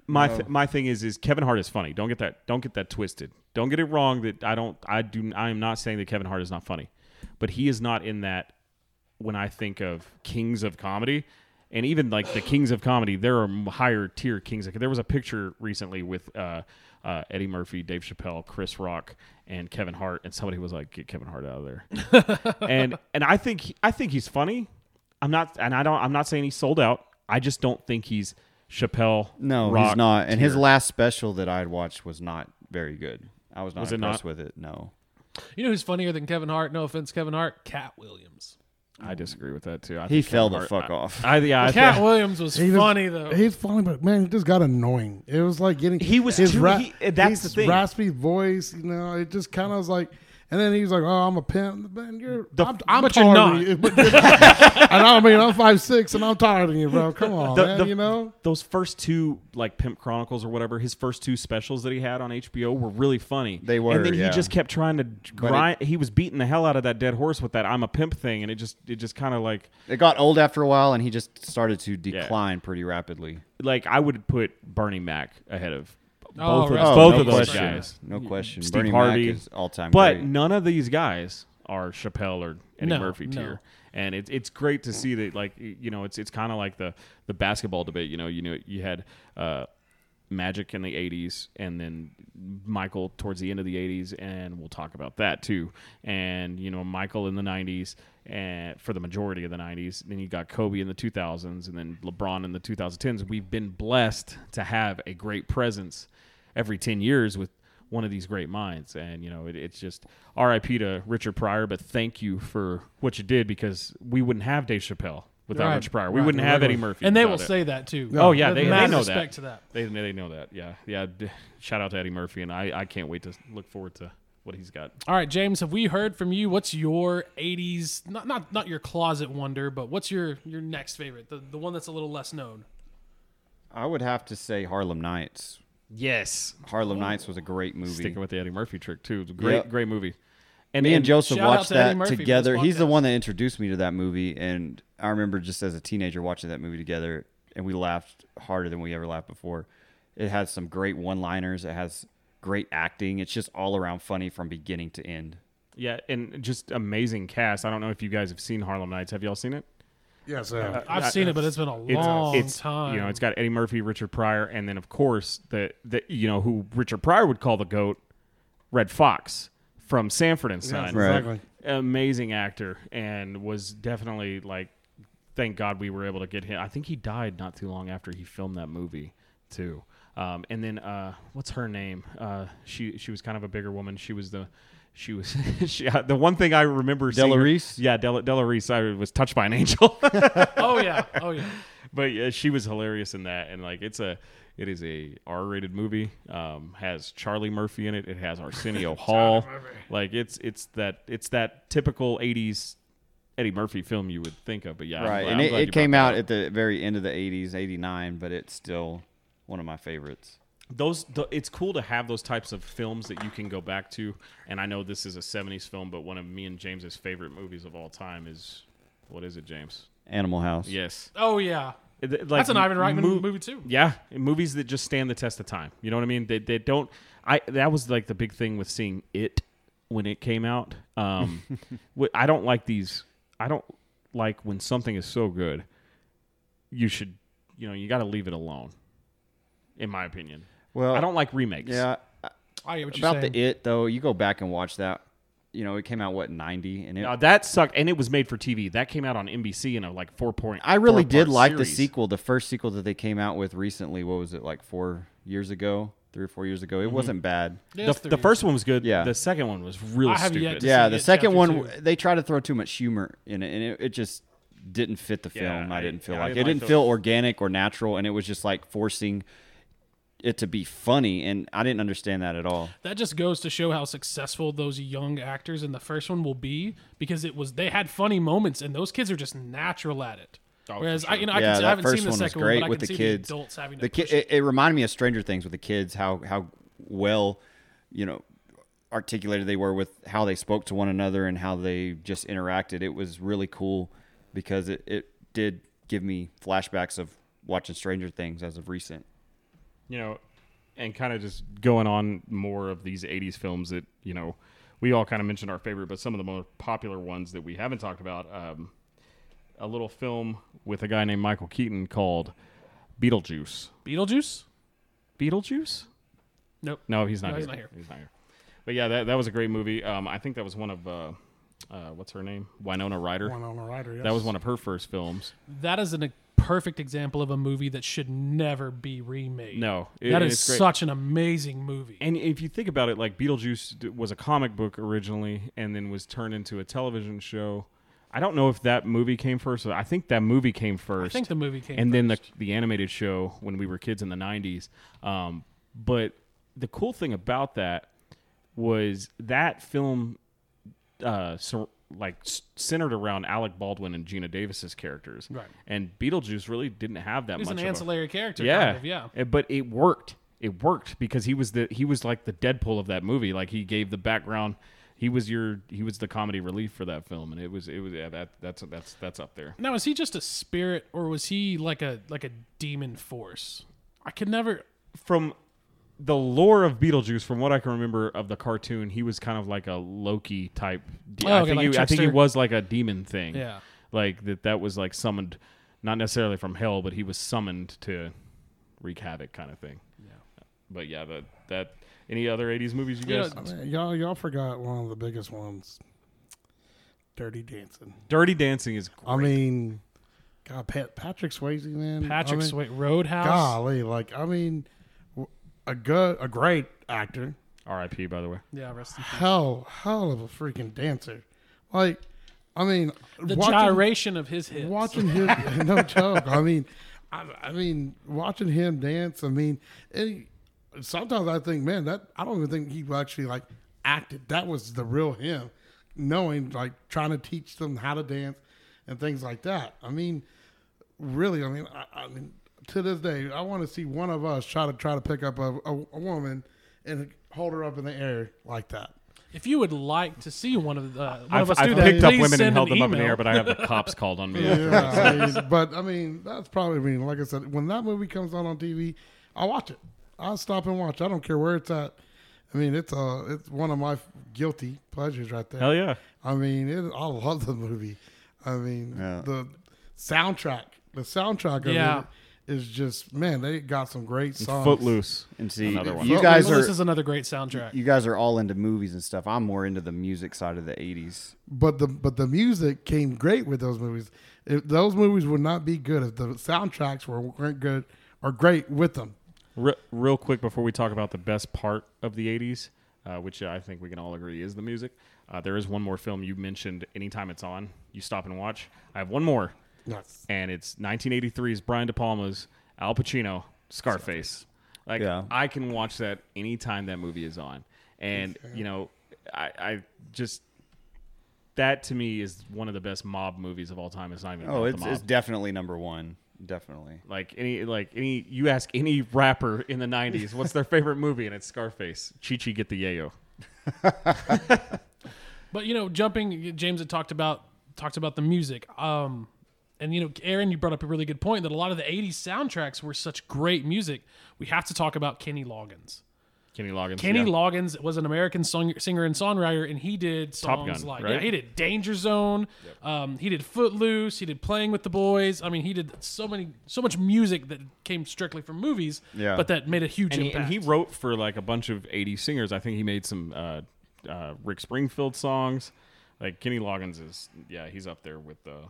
D: my
A: Oh.
D: th- my thing is is Kevin Hart is funny. Don't get that don't get that twisted. Don't get it wrong that I don't I do I am not saying that Kevin Hart is not funny, but he is not in that. When I think of kings of comedy, and even like the kings of comedy, there are m- higher tier kings. Like, there was a picture recently with uh, uh, Eddie Murphy, Dave Chappelle, Chris Rock, and Kevin Hart, and somebody was like, "Get Kevin Hart out
A: [laughs]
D: of there." and and I think he- I think he's funny. I'm not, and I don't. I'm not saying he's sold out. I just don't think he's Chappelle.
A: No,
D: Rock
A: he's not. And his
D: tier.
A: last special that I had watched was not very good. I was not
D: Was it
A: impressed
D: not?
A: with it. No.
C: You know who's funnier than Kevin Hart? No offense, Kevin Hart. Cat Williams.
D: I disagree with that too. I
A: He
D: think
A: fell
D: Kevin
A: the
D: Hart-
A: fuck off.
D: I, yeah, I
C: Cat
D: think-
C: Williams was
B: He was-
C: funny though.
B: He's funny, but man, it just got annoying. It was like getting
D: He was too- he- that's the
B: his
D: thing.
B: raspy voice. You know, it just kind of was like. And then he was like, "Oh, I'm a pimp, man. You're, I'm, I'm
C: but you're
B: taller than you, [laughs] but you're- and I mean, I'm five six, and I'm taller than you, bro. Come on,
D: The-
B: man.
D: the-
B: you know,
D: those first two like Pimp Chronicles or whatever, his first two specials that he had on HBO were really funny.
A: They were,
D: and then
A: yeah.
D: he just kept trying to grind. he was beating the hell out of that dead horse with that "I'm a pimp" thing, and it just it just kind of like
A: It got old after a while and he just started to decline pretty rapidly.
D: like I would put Bernie Mac ahead of
C: Oh,
D: both of,
C: right. Oh,
D: both
A: no
D: of those
A: question.
D: guys.
A: No question.
D: Steve
A: Bernie Mac
D: Harvey
A: is all-time
D: But
A: great.
D: none of these guys are Chappelle or Eddie
C: No,
D: Murphy
C: no.
D: tier. And it's it's great to see that like y- you know it's it's kind of like the the basketball debate. You know you knew you had uh, Magic in the '80s and then Michael towards the end of the '80s, and we'll talk about that too. And you know Michael in the '90s and for the majority of the '90s. Then you got Kobe in the 2000s, and then LeBron in the 2010s. We've been blessed to have a great presence every 10 years with one of these great minds. And, you know, it, it's just RIP to Richard Pryor, but thank you for what you did because we wouldn't have Dave Chappelle without
C: Right,
D: Richard Pryor. We wouldn't have Eddie Murphy.
C: and they will
D: without it.
C: say that too.
D: Oh yeah, they, they
C: Mad
D: know
C: respect
D: that.
C: to that.
D: They they know that. Yeah, yeah. d- Shout out to Eddie Murphy, and I I can't wait to look forward to what he's got.
C: All right, James, have we heard from you? What's your '80s, not not not your closet wonder, but what's your your next favorite, the the one that's a little less known?
A: I would have to say Harlem Nights.
D: Yes,
A: Harlem Nights was a great movie.
D: sticking with the Eddie Murphy trick too. It's a great
A: Yeah.
D: great movie. And
A: me and Joseph
C: shout out
A: watched
C: to Eddie
A: that
C: Murphy for this
A: together. He's the
C: podcast.
A: one that introduced me to that movie, and I remember just as a teenager watching that movie together, and we laughed harder than we ever laughed before. It has some great one-liners. It has great acting. It's just all around funny from beginning to end.
D: yeah, and just amazing cast. I don't know if you guys have seen Harlem Nights. Have y'all seen it?
B: yes, yeah.
C: I've seen it, but it's been a
D: It's,
C: long
D: it's
C: time.
D: you know it's got Eddie Murphy, Richard Pryor, and then of course the the you know who Richard Pryor would call the goat, Red Fox from Sanford and Son.
B: Yes,
A: Right.
B: exactly.
D: amazing actor and was definitely like thank god we were able to get him i think he died not too long after he filmed that movie too um, and then uh, what's her name uh, she she was kind of a bigger woman she was the she was [laughs] she, uh, the one thing i remember seeing her-
A: Reese?
D: yeah Della, Della Reese i was touched by an [laughs] angel
C: oh yeah, oh yeah.
D: but yeah, she was hilarious in that, and like it's a, it is a R-rated movie. Um, has Charlie Murphy in it. It
C: [laughs]
D: has Arsenio Hall. Like it's it's that it's that typical '80s Eddie Murphy film you would think of. But yeah, I'm
A: Right,
D: glad-
A: and
D: I'm
A: it,
D: glad you
A: it came
D: brought that
A: out
D: up.
A: at the very end of the '80s, '89, but it's still one of my favorites.
D: those th it's cool to have those types of films that you can go back to and i know this is a 70s film but one of me and james's favorite movies of all time is what is it james
A: Animal House.
D: yes
C: Oh yeah.
D: Th- like,
C: That's an Ivan Reitman
D: mo-
C: movie too.
D: Yeah, movies that just stand the test of time. You know what I mean? They they don't. I that was like the big thing with seeing it when it came out.
A: [laughs]
D: Um, wh- I don't like these. I don't like when something is so good. You should, you know, you got to leave it alone. In my opinion,
A: Well,
D: I don't like remakes.
A: Yeah,
C: I get what you're
A: about
C: saying.
A: the it though. You go back and watch that. you know, it came out what ninety, and it,
D: Now, that sucked, and it was made for TV. That came out on NBC in a like four point.
A: I really
D: four-part
A: did like the
D: series.
A: sequel, the first sequel that they came out with recently. What was it like four years ago, three or four years ago? It
D: Mm-hmm.
A: wasn't bad.
C: Yeah,
D: The,
C: it's
D: the
C: 30.
D: first one was good.
A: Yeah.
D: The second one was really
C: I have
D: stupid.
C: yet to
A: Yeah,
C: see
A: the
C: it,
A: second
C: chapter
A: one
C: two.
A: they try to throw too much humor in it, and it, it just didn't fit the film.
D: Yeah,
A: I,
D: I-
A: didn't feel
D: yeah, I
A: like it
D: didn't like
A: didn't
D: those.
A: feel organic or natural, and it was just like forcing it to be funny, and I didn't understand that at all.
C: that just goes to show how successful those young actors in the first one will be because it was they had funny moments and those kids are just natural at it.
D: Oh,
C: Whereas I, you know, I,
A: yeah,
C: can, see- I
A: that
C: haven't
A: first
C: seen the
A: one was
C: second
A: great
C: one, but
A: with
C: I
A: the
C: can see
A: kids.
C: the adults having to
A: the ki-
C: push it.
A: it, it reminded me of Stranger Things with the kids, how how well you know articulated they were with how they spoke to one another and how they just interacted. It was really cool because it, it did give me flashbacks of watching Stranger Things as of recent.
D: you know, and kind of just going on more of these 80s films that, you know, we all kind of mentioned our favorite, but some of the more popular ones that we haven't talked about. Um, a little film with a guy named Michael Keaton called Beetlejuice.
C: Beetlejuice?
D: Beetlejuice?
C: Nope.
D: No, he's not,
C: No,
D: here.
C: he's not here.
D: He's not here. But yeah, that, that was a great movie. Um, I think that was one of, uh, uh, what's her name? Winona Ryder.
B: One on a rider. Yes.
D: That was one of her first films.
C: That is an, a perfect example of a movie that should never be remade.
D: No, it-
C: that
D: and
C: is
D: it's great.
C: such an amazing movie.
D: And if you think about it, like Beetlejuice d- was a comic book originally and then was turned into a television show. I don't know if that movie came first. Or I think that movie came
C: I
D: first.
C: think the movie came.
D: and then the,
C: first.
D: the animated show when we were kids in the 90s. Um, but the cool thing about that was that film uh, sur- like s- centered around Alec Baldwin and Gina Davis's characters.
C: Right.
D: And Beetlejuice really didn't have that
C: he was
D: much
C: an
D: of a-
C: ancillary character.
D: yeah,
C: kind of, yeah.
D: Uh, But it worked. It worked because he was the he was like the Deadpool of that movie. Like he gave the background. He was your he was the comedy relief for that film, and it was it was yeah that that's that's that's up there.
C: Now, is he just a spirit, or was he like a like a demon force? I could never.
D: From the lore of Beetlejuice, from what I can remember of the cartoon, he was kind of like a Loki type. De-
C: Oh,
D: I
C: okay,
D: think
C: like
D: he, I think he
C: trickster.
D: was like a demon thing.
C: Yeah.
D: like that that was like summoned, not necessarily from hell, but he was summoned to wreak havoc, kind of thing. Yeah. But yeah, that that any other '80s movies you
C: You know,
D: guys?
B: I mean, y'all, y'all forgot one of the biggest ones. Dirty Dancing.
D: Dirty Dancing is
B: I mean, God, Pat, Patrick Swayze, man.
C: Patrick
B: I mean,
C: Swayze, Roadhouse.
B: Golly, like I mean, w- a good, a great actor.
D: R.I.P. By the way.
C: Yeah, rest in peace.
B: Hell, hell of a freaking dancer. Like, I mean,
C: The
B: watching,
C: gyration of his hips.
B: watching him, [laughs] no joke. I mean, I, I mean, watching him dance. I mean, it, sometimes I think, man, that I don't even think he actually like acted. That was the real him, knowing like trying to teach them how to dance and things like that. I mean, really, I mean, I, I mean, to this day, I want to see one of us try to try to pick up a, a, a woman and hold her up in the air like that.
C: If you would like to see one of the uh, one
D: I've,
C: of us
D: I've
C: do that,
D: picked up
C: please
D: women
C: send
D: and held
C: an
D: them up in the
C: email.
D: air, but
C: [laughs]
D: I have the cops called on [laughs] me.
B: Yeah, I mean, but I mean, that's probably I mean, like I said, when that movie comes out on TV, I watch it. I stop and watch. I don't care where it's at. I mean, it's uh, it's one of my guilty pleasures right there.
D: Hell yeah!
B: I mean, it, I love the movie. I mean,
A: Yeah.
B: the soundtrack, the soundtrack of
C: Yeah.
B: it is just man. They got some great songs.
D: Footloose.
A: And see,
D: Another one.
A: you
B: Well,
A: guys
C: Well, this
A: are
C: is another great soundtrack.
A: you guys are all into movies and stuff. I'm more into the music side of the '80s.
B: but the but the music came great with those movies. If those movies would not be good if the soundtracks were weren't good or great with them.
D: Re- real quick before we talk about the best part of the '80s, uh, which I think we can all agree is the music. Uh, there is one more film you mentioned. Anytime it's on, you stop and watch. I have one more,
B: Yes.
D: and it's 1983's Brian De Palma's Al Pacino Scarface. Like
A: Yeah.
D: I can watch that anytime that movie is on, and you know, I, I just that to me is one of the best mob movies of all time. It's not even about
A: Oh,
D: the
A: it's
D: mob.
A: it's definitely number one. Definitely.
D: Like any like any you ask any rapper in the '90s, what's their favorite movie, and it's Scarface. Chichi get the yayo.
C: But you know, jumping James had talked about talked about the music. Um and you know, Aaron, you brought up a really good point that a lot of the 80s soundtracks were such great music. We have to talk about Kenny Loggins.
D: Kenny Loggins.
C: Kenny
D: yeah.
C: Loggins was an American song, singer and songwriter, and he did
D: Top
C: songs
D: Gun,
C: like
D: right?
C: yeah, he did Danger Zone, um, he did Footloose, he did Playing with the Boys. I mean, he did so many so much music that came strictly from movies,
A: Yeah.
C: but that made a huge
D: and he,
C: impact.
D: and he wrote for like a bunch of '80s singers. I think he made some uh, uh, Rick Springfield songs. Like Kenny Loggins is, yeah, he's up there with uh,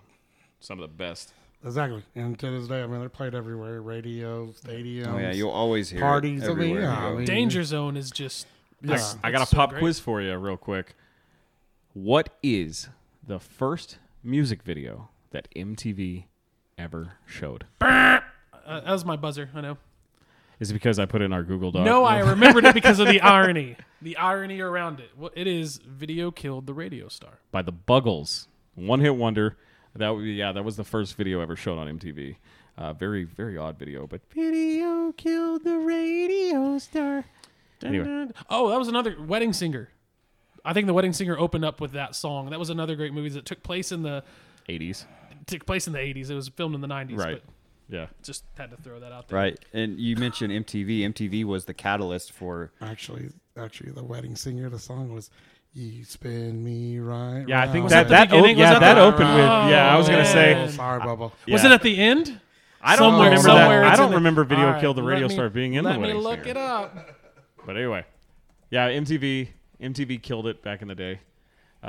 D: some of the best.
B: Exactly. And to this day, I mean, they're played everywhere radio, stadiums.
A: Oh yeah, you'll always hear it
B: parties. I mean,
A: everywhere
B: yeah,
A: you
B: I
A: go.
B: mean,
C: Danger Zone is just.
B: Yeah.
C: that's-
D: I got a
C: that's so
D: pop
C: great.
D: quiz for you, real quick. What is the first music video that MTV ever showed?
C: Uh, that was my buzzer. I know.
D: Is it because I put it in our Google Doc?
C: No, I remembered it because of
D: [laughs]
C: the irony. The irony around it. Well, it is video killed the radio star.
D: by the Buggles, one hit wonder. That would be, yeah, that was the first video ever shown on MTV. Uh, very very odd video, but video killed the radio star. Anyway,
C: Oh, that was another wedding singer. I think the wedding singer opened up with that song. That was another great movie that took place in the
D: eighties,
C: took place in the eighties. It was filmed in the nineties,
D: right?
C: but
D: Yeah,
C: just had to throw that out there.
A: Right, and you mentioned MTV. MTV was the catalyst for
B: Actually, actually, the wedding singer, the song was "You Spin Me Right."
D: yeah. I
B: round."
D: think that
C: that
D: that,
C: the beginning? Was
D: yeah
C: that
D: that
C: the-
D: opened with yeah. I was gonna
C: Oh,
B: Oh,
D: say
C: man.
B: sorry, Bubba.
C: Was
D: Yeah.
C: it at the end?
D: I don't
C: Somewhere-
D: remember
C: somewhere
D: that. I
C: it's in
D: don't
C: the-
D: remember video
C: All right,
D: killed the radio
C: let me-
D: star being in the
C: Let me
D: wedding
C: look
D: singer.
C: it up.
D: But anyway, yeah, MTV MTV killed it back in the day.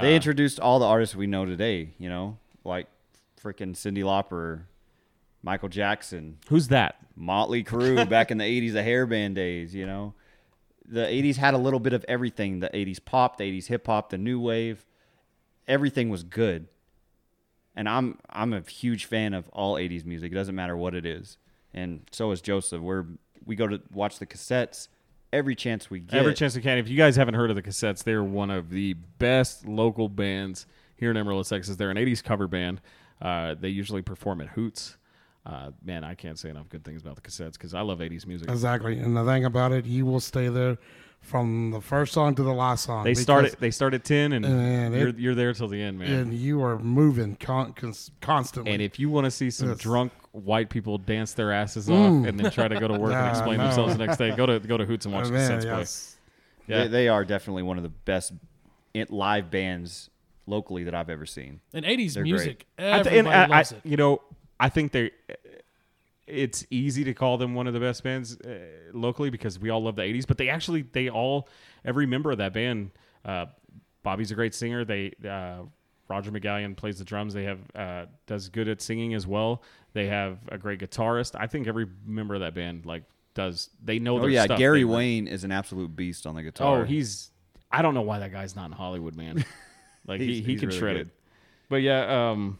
A: they introduced all the artists we know today. You know, like freaking Cindy Lauper, Michael Jackson,
D: Who's that?
A: Motley Crue back in the 80s, the hairband days, you know. The 80s had a little bit of everything the 80s pop, the 80s hip hop, the new wave. Everything was good. And I'm I'm a huge fan of all 80s music. It doesn't matter what it is. And so is Joseph. We're we go to watch the cassettes every chance we get.
D: Every chance we can. If you guys haven't heard of the Cassettes, they're one of the best local bands here in Amarillo, Texas. They're an '80s cover band. Uh, they usually perform at Hoots. Uh, man, I can't say enough good things about the Cassettes because I love '80s music.
B: Exactly. And the thing about it, you will stay there from the first song to the last song.
D: They
B: because- Oh,
D: start at they start at ten, and
B: Man, it-
D: you're, you're there till the end, man.
B: and you are moving con- cons- constantly.
D: And if you want to see some
B: Yes.
D: drunk white people dance their asses off and then try to go to
B: [laughs]
D: work and
B: Nah,
D: explain
B: no.
D: themselves the next day, go to go to Hoots and watch
B: Oh,
D: the
B: man,
D: Cassettes play.
B: yes.
D: Yeah.
A: They, they are definitely one of the best in- live bands locally that I've ever seen.
C: In eighties
A: great.
C: music,
D: I th-
C: everybody
D: I-
C: loves
D: I-
C: it.
D: You know, I think they. It's easy to call them one of the best bands uh, locally because we all love the '80s. But they actually, they all, every member of that band. Uh, Bobby's a great singer. They uh, Roger McGallion plays the drums. They have uh, does good at singing as well. They have a great guitarist. I think every member of that band like does. They know.
A: Oh
D: their
A: yeah,
D: stuff.
A: Gary
D: They-
A: Wayne is an absolute beast on the guitar.
D: Oh, he's. I don't know why that guy's not in Hollywood, [laughs] man. Like he,
A: He's-
D: he
A: he's
D: can
A: really
D: shred
A: good.
D: it. But yeah, um,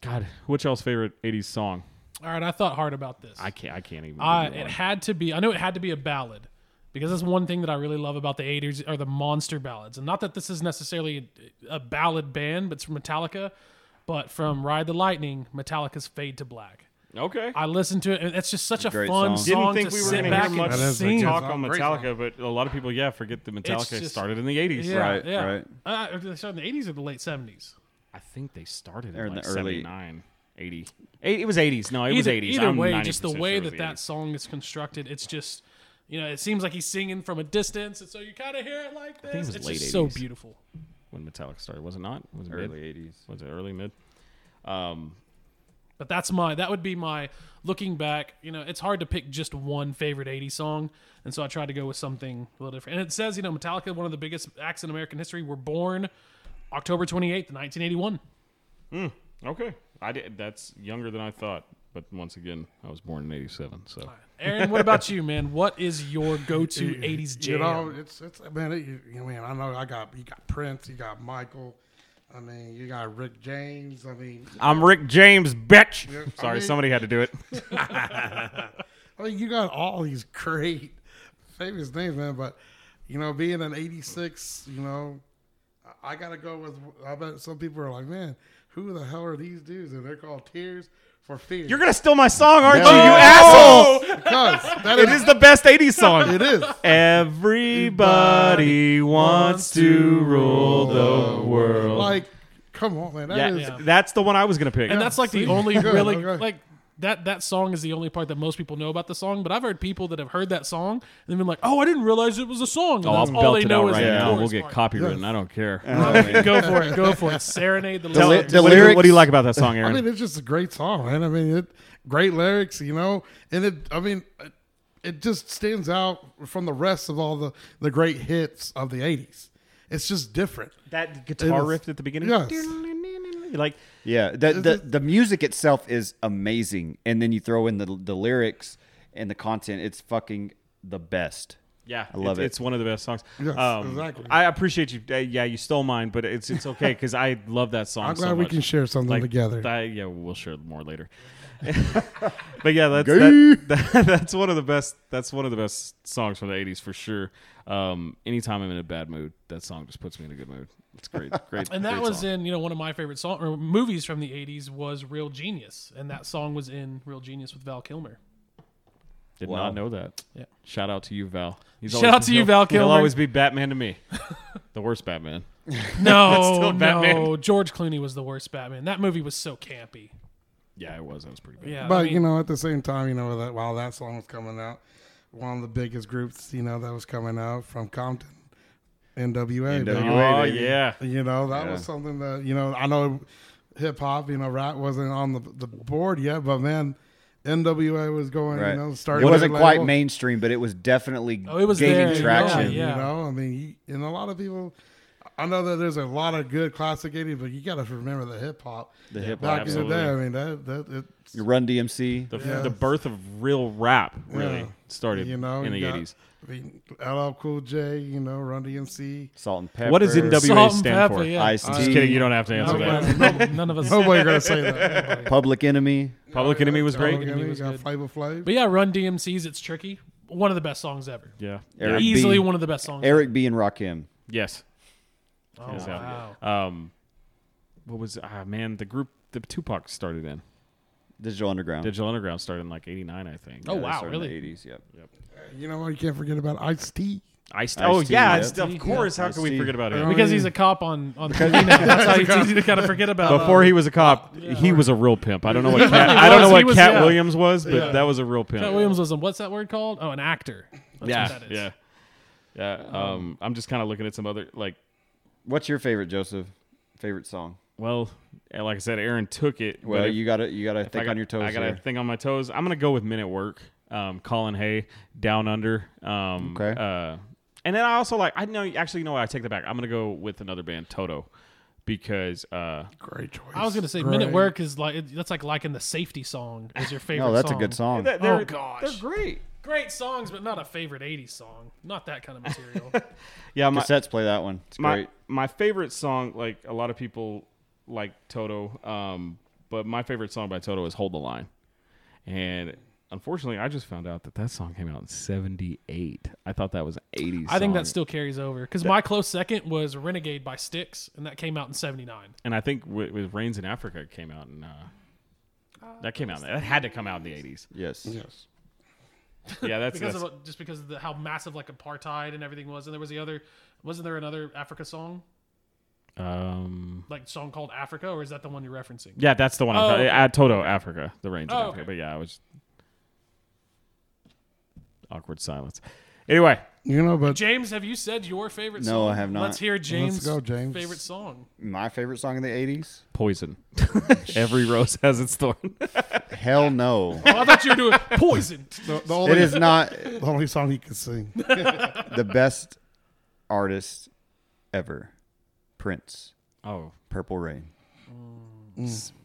D: God, which y'all's favorite '80s song?
C: All right, I thought hard about this.
D: I can't. I can't even.
C: I,
D: give you
C: it
D: one.
C: had to be. I know it had to be a ballad because that's one thing that I really love about the 80s are the monster ballads. And not that this is necessarily a ballad band, but it's from Metallica, but from Ride the Lightning, Metallica's Fade to Black.
D: okay.
C: I listened to it, and it's just such a
A: Great
C: fun
A: song.
D: didn't
C: song
D: think
C: to
D: we were
C: sit
D: gonna
C: back
D: hear
C: and
D: much
C: sing.
D: talk
B: song.
D: on
B: Great
D: Metallica, but a lot of people, yeah, forget that Metallica
C: just-
D: started in the '80s.
C: Yeah,
A: Right,
C: yeah.
A: right.
C: Uh, they started in the 80s or the late 70s.
D: I think they started
A: They're
D: in,
A: in
D: like
A: the early-
D: '79, '80. It was '80s. No, it was
C: either,
D: '80s.
C: either
D: I'm
C: way, just the
D: 90%
C: way
D: sure it was
C: that
D: the
C: that
D: 80s.
C: song is constructed, it's just, you know, it seems like he's singing from a distance, and so you kind of hear it like this.
D: think it was
C: it's
D: late
C: just so
D: 80s.
C: beautiful.
D: when Metallica started, was it not? Was it
A: early
D: Mid?
A: 80s.
D: Was it early mid? Um,
C: But that's my that would be my looking back. You know, it's hard to pick just one favorite '80s song, and so I tried to go with something a little different. And it says, you know, Metallica, one of the biggest acts in American history, were born October 28th, 1981.
D: Okay, I did. That's younger than I thought. But once again, I was born in '87, so
C: Aaron, what about you, man? What is your go-to '80s jam?
B: [laughs] You know, it's it's man. It, you, you mean I know I got you got Prince, you got Michael. I mean, you got Rick James. I mean,
D: I'm Rick James, bitch.
B: Yeah, I
D: Sorry,
B: mean-
D: somebody had to do it.
B: I mean, you got all these [laughs] great famous names, man. But you know, being an '86, you know, I- I gotta go with. I bet some people are like, man, who the hell are these dudes? And they're called Tears for Fears.
D: [laughs] You're gonna steal my song, aren't
B: No.
D: you, you
B: No.
D: [laughs] asshole?
B: because that
D: It
B: is,
D: is the best '80s song.
B: [laughs] it is.
D: Everybody wants to rule the world.
B: Like, come on, man. That
D: yeah,
B: is.
D: that's the one I was gonna pick.
C: and that's like the
B: see? [laughs]
C: only
B: Good,
C: really
B: okay.
C: like that that song is the only part that most people know about the song. But I've heard people that have heard that song and they've been like, "Oh, I didn't realize it was a song." And
D: oh, I'll
C: that's all
D: belt
C: they
D: it
C: know
D: out
C: is
D: right
C: the
D: now.
C: chorus
D: We'll get
C: part.
D: copywritten. I don't care.
C: [laughs] Go for it. Go for it. Serenade the
A: Tell
C: Lily.
A: it-
D: what, do you, what do you like about that [laughs] song,
B: I
D: Aaron?
B: mean, it's just a great song, man. I mean, it great lyrics, you know, and it. I mean, it- it just stands out from the rest of all the the great hits of the '80s. It's just different.
D: That guitar
B: It is-
D: riff at the beginning.
B: Yes.
D: Like
A: Yeah, the, the the music itself is amazing, and then you throw in the the lyrics and the content. It's fucking the best.
D: Yeah,
A: I love
D: it's,
A: it.
D: It's one of the best songs.
B: Yes,
D: um,
B: exactly.
D: I appreciate you. Uh, yeah, you stole mine, but it's it's okay because I love that song.
B: I'm
D: so
B: glad we
D: much.
B: can share something
D: Like,
B: together.
D: that- yeah, we'll share more later. [laughs] but yeah, that's that, [laughs] that- that's one of the best. That's one of the best songs from the '80s for sure. Um, anytime I'm in a bad mood, that song just puts me in a good mood.
B: [laughs]
D: It's great, great.
C: And that
D: great
C: was
D: song.
C: in you know one of my favorite song or movies from the '80s was Real Genius, and that song was in Real Genius with Val
D: [laughs]
C: Kilmer.
D: Did
A: Wow.
D: not know that.
C: Yeah.
D: Shout out to you, Val. He's
C: Shout
D: always-
C: out to you,
D: he'll-
C: Val
D: He'll
C: Kilmer.
D: always be Batman to me. [laughs] the worst Batman.
C: No, no,
D: Batman.
C: George Clooney was the worst Batman. That movie was so campy.
D: Yeah, it was. That was pretty bad.
C: Yeah,
B: but
C: I mean,
B: you know, at the same time, you know that while that song was coming out, one of the biggest groups, you know, that was coming out from Compton, NWA. baby.
A: NWA.
D: Oh
A: baby.
D: yeah.
B: You know, that
A: Yeah.
B: was something that you know. I know hip hop, you know, rap wasn't on the the board yet, but man, NWA was going.
A: Right.
B: You know, starting.
A: it wasn't
B: their
A: quite
B: label.
A: mainstream, but it was definitely
C: Oh, it was
A: gaining
C: there, yeah,
A: traction.
C: yeah.
B: You know, I mean, you- and a lot of people. I know that there's a lot of good classic '80s, but you got to remember the hip hop.
A: The hip
B: back
A: hop,
B: in the
D: absolutely.
B: day. I mean, that that it's
A: Run DMC.
D: The,
B: Yeah.
D: the birth of real rap really
B: Yeah.
D: started
B: you know
D: in the
B: you got-
D: 80s.
B: I mean, LL Cool J, you know, Run
C: [laughs]
B: DMC.
A: Salt and pepper.
D: What does NWA
C: Salt and
D: stand
C: pepper,
D: for?
C: yeah.
A: Ice
D: Just kidding, you don't have to answer
C: nobody-
D: that. [laughs]
C: no- none of us.
B: Nobody gonna say that.
A: Public Enemy.
D: Public Enemy was
B: Public
D: great.
B: Enemy
C: was
B: got
C: good.
B: Flavor Flav.
C: But yeah, Run DMC's "It's Tricky," one of the best songs ever.
D: Yeah.
A: Eric
C: Easily
A: B.
C: one of the best songs.
A: Eric B. and Rakim.
D: Yes.
C: ever.
D: Yes,
C: Oh, wow.
D: yeah. Um, what was ah man the group the Tupac started in
A: Digital Underground.
D: Digital Underground started in like '89 I think.
C: Oh,
A: Yeah, they
C: wow,
A: started in
C: really?
A: the 80s, yep.
B: You know what? You can't forget about Ice T.
D: Ice.
A: Ice-T,
D: Oh yeah,
A: yeah.
D: Ice-T, of
C: Ice-T,
D: course.
A: yeah.
D: How can we
A: Ice-T.
D: forget about
B: Yeah.
D: him?
C: Because he's a cop on on TV now. That's how it's easy to kind of forget
B: Uh,
C: about. uh,
D: Before he was a cop, he was a real pimp. I don't
B: [laughs]
D: know what Cat,
C: really
D: I don't know
C: was. He
D: what
C: was-
D: Cat
C: yeah.
D: Williams was, but that was a real pimp.
C: Cat Williams was a what's that word called? Oh, an actor. That's
D: yeah,
C: what that is.
D: yeah, yeah. Um, I'm just kind of looking at some other like
A: What's your favorite, Joseph? Favorite song?
D: Well, and like I said, Aaron took it.
A: Well,
D: but if-
A: you gotta you gotta
D: if I
A: think
D: got-
A: on your toes.
D: I got a
A: here.
D: thing on my toes. I'm gonna go with Men at Work. Um, Colin Hay, Down Under. Um,
A: Okay.
D: Uh, and then I also like. I know. Actually, you know what? I take that back. I'm gonna go with another band, Toto, because uh,
B: Great choice.
C: I was gonna say
B: Great.
C: "Minute Work" is like it- that's like liking the safety song is your
A: [laughs]
C: favorite.
A: No, that's a
C: song.
A: good song.
D: they're,
C: Oh gosh,
D: they're great.
C: great songs, but not a favorite '80s song. Not that kind
A: [laughs]
C: of material.
D: Yeah, my,
A: Cassettes play that one. It's
D: my
A: great.
D: my favorite song. Like a lot of people like Toto, um, but my favorite song by Toto is "Hold the Line," and. Unfortunately, I just found out that that song came out in '78. I thought that was an '80s.
C: I think
D: song.
C: that still carries over because my close second was "Renegade" by Styx, and that came out in '79.
D: and I think with, with Rains in Africa it came out in uh, that came out that had to come out in
C: [laughs]
D: the eighties.
A: Yes.
B: Yes.
D: Yeah, that's,
C: because
D: that's
C: of just because of the, how massive like apartheid and everything was, and there was the other. Wasn't there another Africa song,
D: um
C: like song called Africa, or is that the one you're referencing?
D: yeah, that's the one.
C: Oh,
D: I'm talking-
C: okay.
D: uh, Toto Africa, the Rains in
C: Oh,
D: Africa.
C: okay.
D: But yeah, I was awkward silence. Anyway,
B: You know, but
C: James, have you said your favorite
A: No,
C: song?
A: I have not.
C: Let's hear James',
B: go, James.
C: favorite song.
A: My favorite song in the '80s?
D: [laughs] poison. Every rose has its thorn. [laughs]
A: Hell no.
C: Oh, I thought you
A: [laughs]
C: were doing Poison.
B: the, the only
A: it is not
B: the only song he could sing.
A: the best artist ever. Prince,
D: oh,
A: Purple Rain.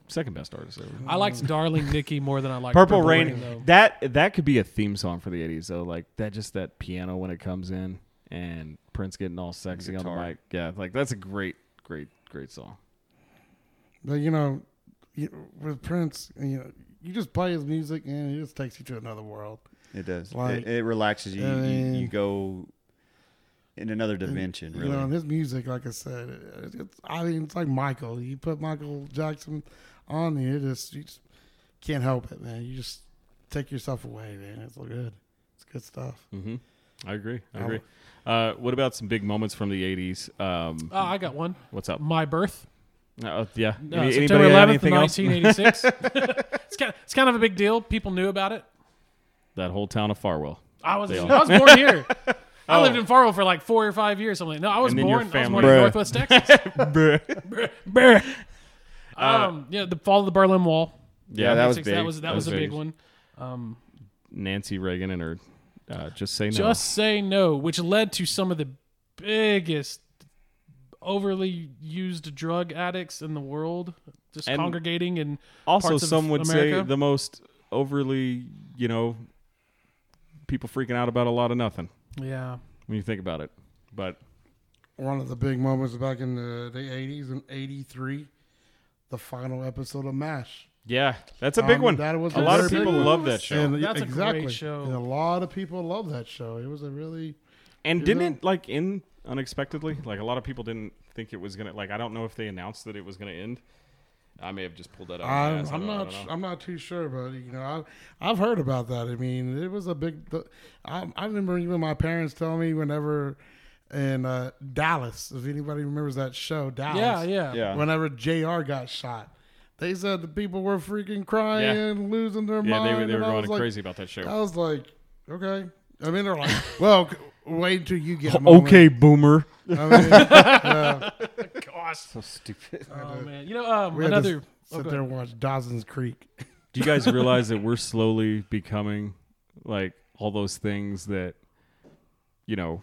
D: second best artist ever.
C: I liked Darling Nikki more than I liked
D: Purple, Rain.
C: though.
D: that that could be a theme song for the '80s, though. Like that, just that piano when it comes in, and Prince getting all sexy on the
A: Guitar.
D: mic. Yeah, like that's a great, great, great song.
B: But you know, you, with Prince, you know, you just play his music and it just takes you to another world.
A: It does. it,
B: Like,
A: it relaxes you. you.
B: I
A: You
B: mean-
A: go in another dimension,
B: You know, and
A: really.
B: his music, like I said, it, it's I mean, it's like Michael. You put Michael Jackson on, and you just you just can't help it, man. You just take yourself away, man. It's all good. It's good stuff.
D: Mm-hmm. I agree. I
B: Oh.
D: agree. Uh, what about some big moments from the '80s? Um,
C: Oh, I got one.
D: what's up?
C: My birth,
D: Uh, yeah.
C: uh,
D: Any-
C: September
D: anybody
C: 11th,
D: have anything else? [laughs]
C: 1986. it's, kind of, it's kind of a big deal. People knew about it.
D: That whole town
C: [laughs]
D: of Farwell.
C: I was
D: They
C: I
D: are.
C: was born
D: [laughs]
C: here. I lived in Farwell for like four or five years. Something. No, I was
D: And then your
C: born. I was
D: family-
C: born in
A: Bruh.
C: Northwest
D: [laughs]
C: Texas. um, yeah, the fall of the Berlin Wall.
A: Yeah, that was
C: 86, That
A: big.
C: was that,
D: Uh, That
C: was,
D: was
C: a big
D: big.
C: one. Um,
D: Nancy Reagan and her. Uh, just say no.
C: Just say no, which led to some of the biggest overly used drug addicts in the world just
D: And
C: congregating and
D: Also,
C: parts of
D: some would say
C: America.
D: the most overly, you know, people freaking out about a lot of nothing
C: yeah
D: when you think about it. But
B: One of the big moments back in the, the 80s in 83, the final episode of MASH.
D: yeah, that's a big
B: Um,
D: one.
B: that was
D: a
B: a
D: lot of
B: very big
D: people
B: one.
D: love that show.
B: And
C: That's a
B: exactly.
C: great show.
B: And a lot of people love that show. It was a really
D: And
B: You
D: didn't
B: know?
D: it like end unexpectedly? Like a lot of people didn't think it was gonna. Like I don't know if they announced that it was gonna end. I may have just pulled that out. of my
B: I'm,
D: ass. I
B: I'm
D: don't- I
B: not.
D: don't
B: sh-
D: know.
B: I'm not too sure, but you know, I, I've heard about that. I mean, it was a big. The, I, I remember even my parents telling me whenever in uh, Dallas, if anybody remembers that show, Dallas.
C: yeah yeah
A: Yeah.
B: Whenever Jr. got shot, they said the people were freaking crying, losing their
D: Yeah,
B: mind.
D: they, were- they were
B: and I
D: going
B: was like-
D: crazy about that
B: I
D: show.
B: was like, okay. I mean,
D: [laughs]
B: they're like, well, c- wait until you get. A moment.
D: boomer.
B: I mean, yeah,
C: gosh
A: So stupid.
C: oh man you know um,
B: we had to
C: another oh,
B: sit
C: go
B: there and watch Dawson's Creek.
D: Do you guys realize that we're slowly becoming like all those things that you know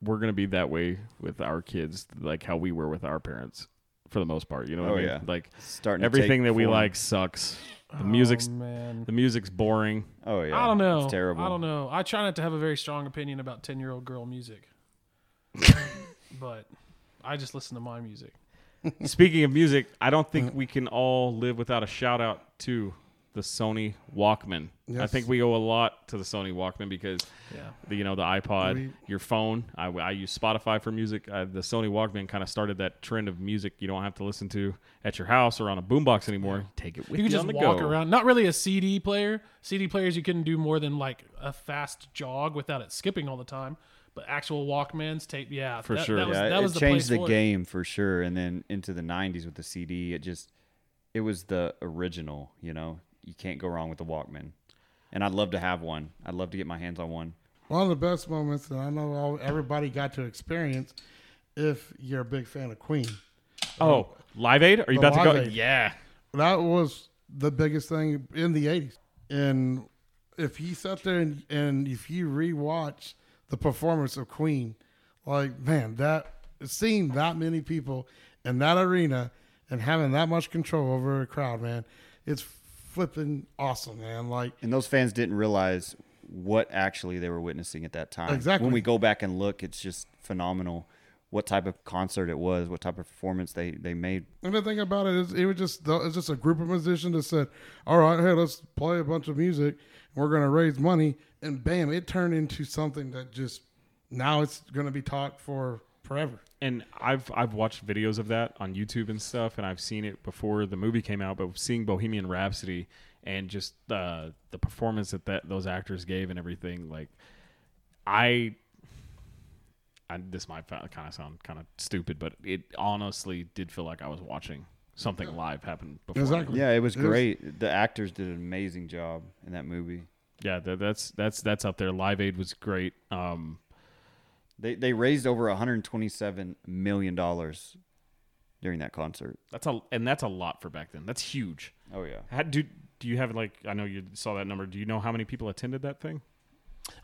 D: we're gonna be that way with our kids, like how we were with our parents for the most part. You know what
A: Oh,
D: I mean?
A: yeah.
D: Like
A: Starting to
D: everything
A: take
D: that we
A: form.
D: like sucks. The
C: ahead.
D: music's
C: oh, man
D: the music's boring.
A: Oh yeah.
C: I don't know.
A: It's terrible.
C: I don't know. I try not to have a very strong opinion about ten-year-old girl
D: [laughs]
C: music, but I just listen to my music.
D: Speaking of music, I don't
B: Mm-hmm.
D: think we can all live without a shout out to the Sony Walkman. I
B: Yes.
D: think we owe a lot to the Sony Walkman because
C: Yeah.
D: the, you know the iPod,
B: We-
D: your phone. I, I use Spotify for music. Uh, the Sony Walkman kind of started that trend of music you don't have to listen to at your house or on a boombox anymore. Take it
C: You
D: with you,
C: could just
D: on the
C: walk
D: go.
C: around. Not really a CD player. CD players, you couldn't do more than like a fast jog without it skipping all the time. But actual Walkmans tape, yeah,
D: For
C: that,
D: sure.
C: That was,
A: yeah,
C: that
A: it
C: was the place
A: changed the
C: for it.
A: game for sure. And then into the '90s with the CD, it just it was the original. You know, you can't go wrong with the Walkman. And I'd love to have one. I'd love to get my hands on one.
B: One of the best moments, and I know all, everybody got to experience, if you're a big fan of Queen,
D: Oh, Live Aid? Are you
B: The
D: about to go?
B: Live Aid.
D: Yeah.
B: that was the biggest thing in the '80s. And if you sat there and, and if you rewatch the performance of Queen, like man, that seeing that many people in that arena and having that much control over a crowd, man, it's flipping awesome, man. Like
A: And those fans didn't realize what actually they were witnessing at that time.
B: Exactly.
A: When we go back and look, it's just phenomenal. What type of concert it was, what type of performance they they made.
B: And the thing about it is, it was just it's just a group of musicians that said, "All right, hey, let's play a bunch of music. We're gonna raise money." And bam, it turned into something that just now it's gonna be taught for forever.
D: and I've I've watched videos of that on YouTube and stuff, and I've seen it before the movie came out. But seeing Bohemian Rhapsody and just uh, the performance that, that those actors gave and everything, like I, I this might kind of sound kind of stupid, but it honestly did feel like I was watching something live happen before. me.
B: Exactly.
A: Yeah, it was
B: It was-
A: great. the actors did an amazing job in that movie.
D: yeah, that, that's that's that's up there. Live Aid was great. Um,
A: They they raised over 127 million dollars during that concert.
D: that's a and that's a lot for back then. That's huge.
A: Oh yeah.
D: How, do do you have like I know you saw that number. Do you know how many people attended that thing?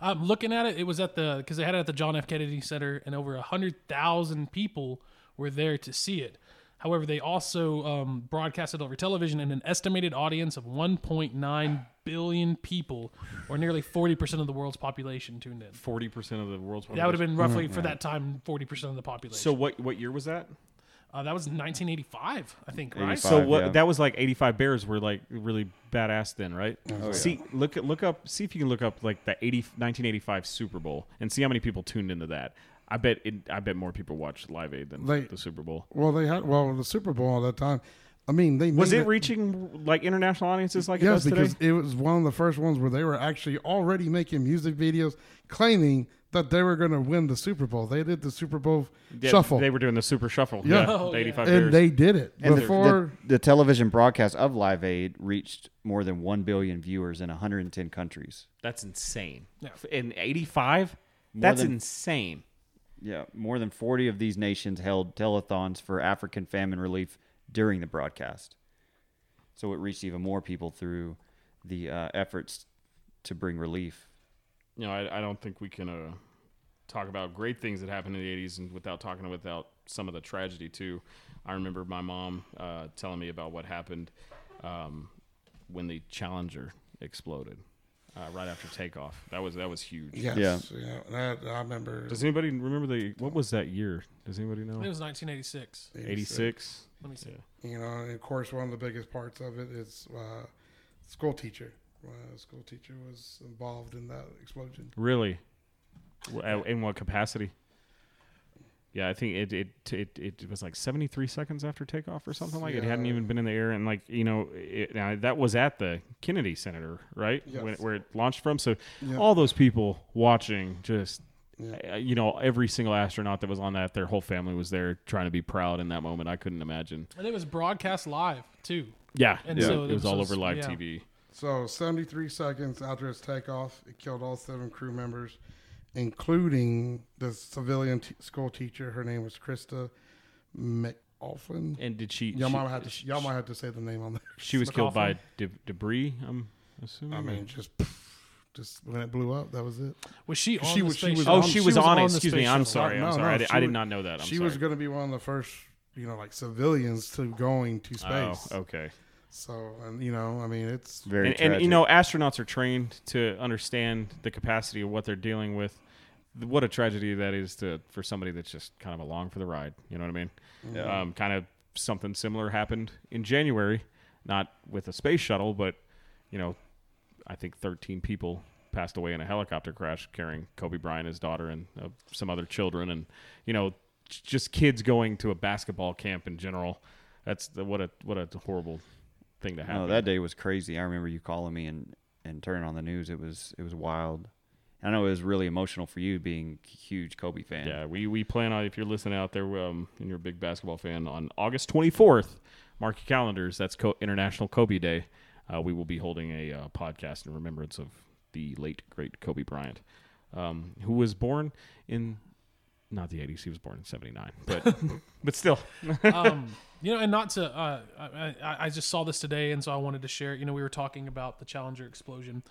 C: I'm looking at it. It was at the because they had it at the John F. Kennedy Center, and over hundred thousand people were there to see it. However, they also um, broadcast it over television, and an estimated audience of 1.9 billion people, or nearly 40% of the world's population, tuned in.
D: forty percent of the world's
C: That would have been
D: population.
C: roughly for that time 40% of the population.
D: So what what year was that?
C: Uh, that was 1985, I think, right?
A: 85.
D: so what
A: yeah.
D: that was like eighty five Bears were like really badass then, right? See look look up see if you can look up like the 80, 1985 Super Bowl and see how many people tuned into that. I bet it, I bet more people watched Live Aid than
B: Like-
D: the Super Bowl.
B: Well, they had well the Super Bowl at that time. I mean, they
D: Was
B: made
D: it reaching like international audiences like it
B: Yes,
D: does today?
B: because it was one of the first ones where they were actually already making music videos claiming that they were going to win the Super Bowl. They did the Super Bowl
D: Yeah,
B: shuffle,
D: They were doing the Super Shuffle.
B: Yeah.
D: Yeah,
C: Oh,
D: the
C: yeah.
D: eighty five Bears.
B: and they did it
A: And the,
B: before.
A: the, the television broadcast of Live Aid reached more than 1 billion viewers in 110 countries.
D: That's insane.
C: Yeah.
D: In eighty five, that's
A: than-
D: insane.
A: Yeah, more than 40 of these nations held telethons for African famine relief during the broadcast. So it reached even more people through the uh, efforts to bring relief.
D: you know, I, I don't think we can uh, talk about great things that happened in the 80s and without talking without some of the tragedy too. I remember my mom uh, telling me about what happened um, when the Challenger exploded uh, right after takeoff. That was that was huge.
B: Yes. Yeah. That, I remember.
D: Does anybody remember the what was that year? Does anybody
C: I think it
D: know?
C: was 1986.
D: 86.
C: Let me see.
B: You know, and of course, one of the biggest parts of it is uh, school teacher. Uh, school teacher was involved in that explosion.
D: Really? W- uh, In what capacity? Yeah, I think it it it, it was like 73 seconds after takeoff or something like it hadn't
B: Yeah.
D: even been in the air and like you know it, now that was at the Kennedy Center right when,
B: Yes.
D: where it launched from so
B: Yeah.
D: all those people watching just
B: Yeah.
D: uh, you know every single astronaut that was on that their whole family was there trying to be proud in that moment I couldn't imagine
C: And it was broadcast live too.
D: yeah
C: And
D: yeah
C: so
D: it
C: this
D: was all
C: was-
D: over live
C: yeah.
D: TV
B: So, 73 seconds after its takeoff, it killed all seven crew members, including the civilian t- school teacher. Her name was Krista McAuliffe.
D: and did she
B: Y'all
D: she,
B: might have to y'all might have to say the name on there.
D: she was killed by
C: McAuliffe?
D: de- debris I'm assuming
B: I mean, just just when it blew up, that was it.
C: Was she on
B: She
C: the
B: was- she
C: space
B: was
C: shuttle?
D: Oh,
B: on-
D: she
B: she
D: was on it.
C: the
D: Excuse me.
C: space
D: I'm
C: shuttle.
D: sorry.
B: No,
D: I'm
B: no,
D: sorry. I, did,
B: she
D: I did
B: was-
D: not know that. I'm
B: she
D: sorry.
B: was going to be one of the first, you know, like civilians to going to space.
D: Oh, okay.
B: So, and you know, I mean, it's
A: Very
D: And, and you know, astronauts are trained to understand the capacity of what they're dealing with. Th- What a tragedy that is to for somebody that's just kind of along for the ride. You know what I mean?
A: Yeah.
D: Um, kind of something similar happened in January, not with a space shuttle, but you know, I think 13 people passed away in a helicopter crash carrying Kobe Bryant, his daughter, and uh, some other children, and you know, j- just kids going to a basketball camp in general. That's the, what a what a horrible thing to happen.
A: No, that day was crazy. I remember you calling me and and turning on the news. It was it was wild. I know it was really emotional for you being a huge Kobe fan.
D: Yeah, we, we plan on if you're listening out there um, and you're a big basketball fan on August 24th, mark your calendars. That's Co- International Kobe Day. Uh, we will be holding a uh, podcast in remembrance of the late great Kobe Bryant, um, who was born in not the 80s. He was born in 79, [laughs] but but still,
C: um, you know, and not to, uh, I, I, I just saw this today, and so I wanted to share it. You know, we were talking about the Challenger explosion.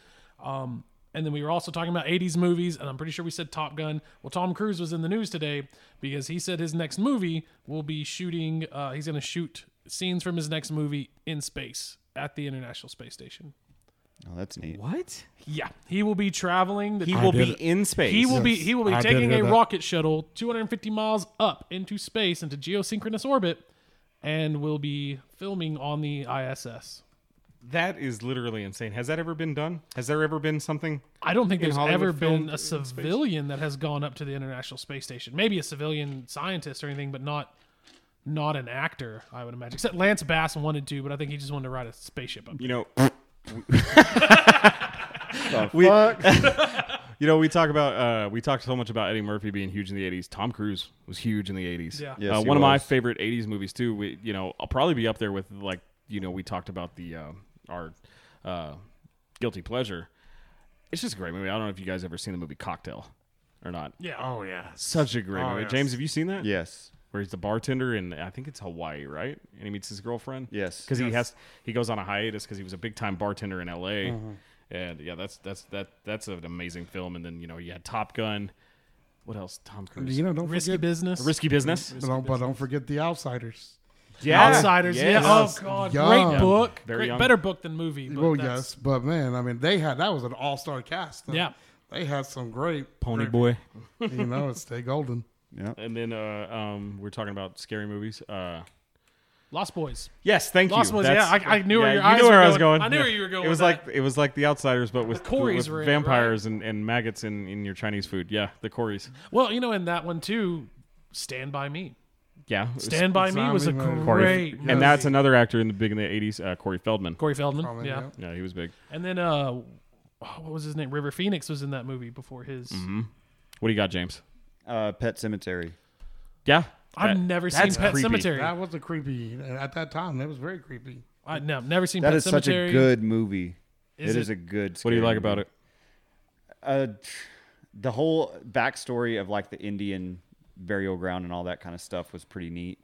C: Um, and then we were also talking about 80s movies, and I'm pretty sure we said Top Gun. Well, Tom Cruise was in the news today because he said his next movie will be shooting, uh, he's going to shoot scenes from his next movie in space at the International Space Station.
A: Oh, that's neat.
D: what
C: Yeah. He will be traveling. The
D: he
C: I
D: will
C: did
D: be in space.
C: he will be
B: Yes,
C: he will be
B: I did
C: taking
B: hear
C: a
B: that.
C: rocket shuttle 250 miles up into space into geosynchronous orbit, and will be filming on the ISS.
D: That is literally insane. Has that ever been done? Has there ever been something?
C: I don't think
D: In
C: there's
D: Hollywood
C: ever
D: filmed
C: been
D: in
C: a civilian that has gone up to the International Space Station. Maybe a civilian scientist or anything, but not not an actor. I would imagine. Except Lance Bass wanted to, but I think he just wanted to ride a spaceship up.
D: You know,
A: The
D: We-
A: fuck?
D: You know, we talk about uh, we talked so much about Eddie Murphy being huge in the '80s. Tom Cruise was huge in the '80s.
C: Yeah.
A: Yes,
D: uh,
A: he
D: one of my
A: was.
D: favorite '80s movies too. We, you know, I'll probably be up there with like you know we talked about the uh, our uh, guilty pleasure. It's just a great movie. I don't know if you guys ever seen the movie Cocktail or not.
C: Yeah.
B: oh yeah,
D: Such a great
B: Oh,
D: movie.
B: yes.
D: James, have you seen that?
A: yes.
D: Where he's the bartender in I think it's Hawaii, right? And he meets his girlfriend.
A: Yes.
D: Because he has he goes on a hiatus because he was a big time bartender in L.A.
C: Mm-hmm.
D: And yeah, that's that's that that's an amazing film. And then you know you had Top Gun. What else? Tom Cruise.
B: you know, don't
C: Risky
B: forget,
C: business.
D: Risky Business.
B: but don't, but don't forget the outsiders.
D: Yeah.
C: Outsiders. Yeah.
D: Yes.
C: Oh God.
B: Young.
C: Great book.
D: Very
C: Great,
D: young.
C: better book than movie. But
B: well,
C: that's-
B: yes, but man, I mean, they had that was an all star cast. though.
C: Yeah.
B: they had some great
C: Oh,
D: Pony
B: great-
D: Boy.
B: You know, it's Stay
C: [laughs]
B: Golden.
A: Yeah.
D: And then uh, um, we're talking about scary movies. Uh,
C: Lost Boys.
D: yes, thank
C: Lost
D: you.
C: Boys,
D: That's-
C: yeah, I- I knew where your
D: you
C: eyes
D: knew where
C: were
D: I was
C: going.
D: going.
C: I knew
D: Yeah.
C: where you were going
D: It was
C: with
D: like it was like The Outsiders, but with,
C: Corys
D: with
C: were in it,
D: vampires and, and maggots in, in your Chinese food. Yeah, the Corys.
C: Well, you know, in that one too, Stand by Me.
D: Yeah, it was-
C: Stand by Me was a
B: Zombie movie.
C: great
D: Corey-
C: movie.
D: and that's another actor in the big in the '80s, uh, Corey Feldman.
C: Corey Feldman.
B: Probably,
C: yeah.
B: yeah.
D: Yeah, he was big.
C: And then uh, what was his name? River Phoenix was in that movie before his.
D: Mm. Mm-hmm. What do you got, James?
A: Uh, Pet Cemetery.
D: Yeah,
C: I've
D: That-
C: never seen
D: that's
C: Pet
D: creepy.
C: Cemetery.
B: That was a creepy and at that time. That was very creepy.
C: I no, never seen
A: That
C: Pet
A: is such
C: Cemetery.
A: a good movie.
C: Is
A: it is
C: it-
A: a good.
D: What do you
A: scary
D: like about
A: movie.
D: it?
A: Uh, the whole backstory of like the Indian burial ground and all that kind of stuff was pretty neat.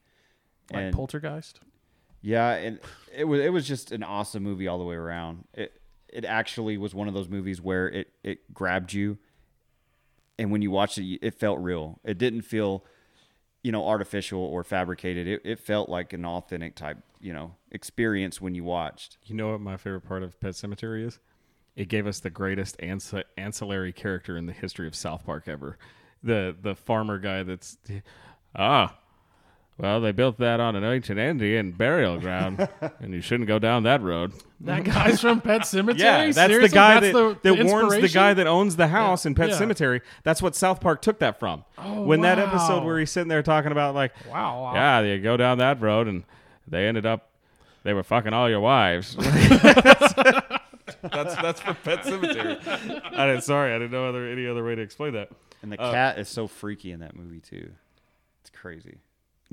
C: like
A: and
C: Poltergeist.
A: Yeah, and it was it was just an awesome movie all the way around. It it actually was one of those movies where it it grabbed you and when you watched it, you- it felt real. It didn't feel, you know, artificial or fabricated. It, it felt like an authentic type, you know, experience when you watched.
D: You know what my favorite part of Pet Cemetery is? It gave us the greatest ans- ancillary character in the history of South Park ever. The the farmer guy that's ah. Well, they built that on an ancient Indian
C: [laughs]
D: burial ground, and you shouldn't go down that road.
C: That guy's from Pet Cemetery.
D: [laughs] Yeah, that's
C: Seriously?
D: the guy
C: That's
D: that, that warns the
C: inspiration?
D: guy that owns the house in Pet
C: Yeah.
D: Cemetery. That's what South Park took that from.
C: Oh,
D: when that
C: wow.
D: episode where he's sitting there talking about like,
C: Wow, wow.
D: yeah, you go down that road, and they ended up they were fucking all your wives. [laughs] that's that's for Pet Cemetery. I didn't, sorry, I didn't know other any other way to explain that.
A: And the cat is so freaky in that movie too. It's crazy.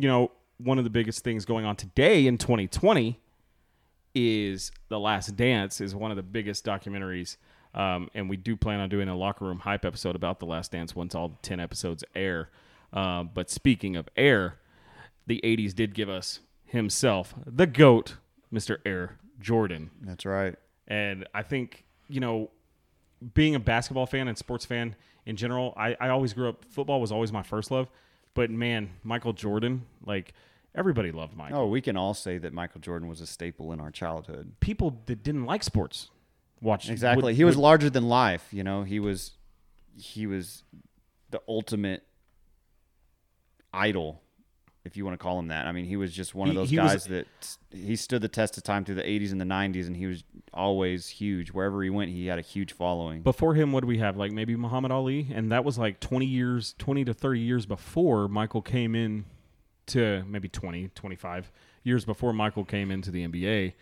D: You know, one of the biggest things going on today in 2020 is The Last Dance is one of the biggest documentaries. Um, and we do plan on doing a locker room hype episode about The Last Dance once all 10 episodes air. Um, but speaking of air, the 80s did give us himself, the GOAT, Mr. Air Jordan.
A: That's right.
D: And I think, you know, being a basketball fan and sports fan in general, I, I always grew up, football was always my first love. But man, Michael Jordan, like everybody loved Michael.
A: Oh, we can all say that Michael Jordan was a staple in our childhood.
D: People that didn't like sports watched.
A: Exactly.
D: would-
A: he was
D: would-
A: larger than life, you know. He was he was the ultimate idol if you want to call him that. I mean, he was just one of
D: He-
A: those
D: he was-
A: guys that he stood the test of time through the 80s and the 90s and he was always huge. Wherever he went, he had a huge following.
D: before him, what do we have? Like maybe Muhammad Ali. And that was like 20 years, 20 to 30 years before Michael came in to maybe 20, 25 years before Michael came into the NBA.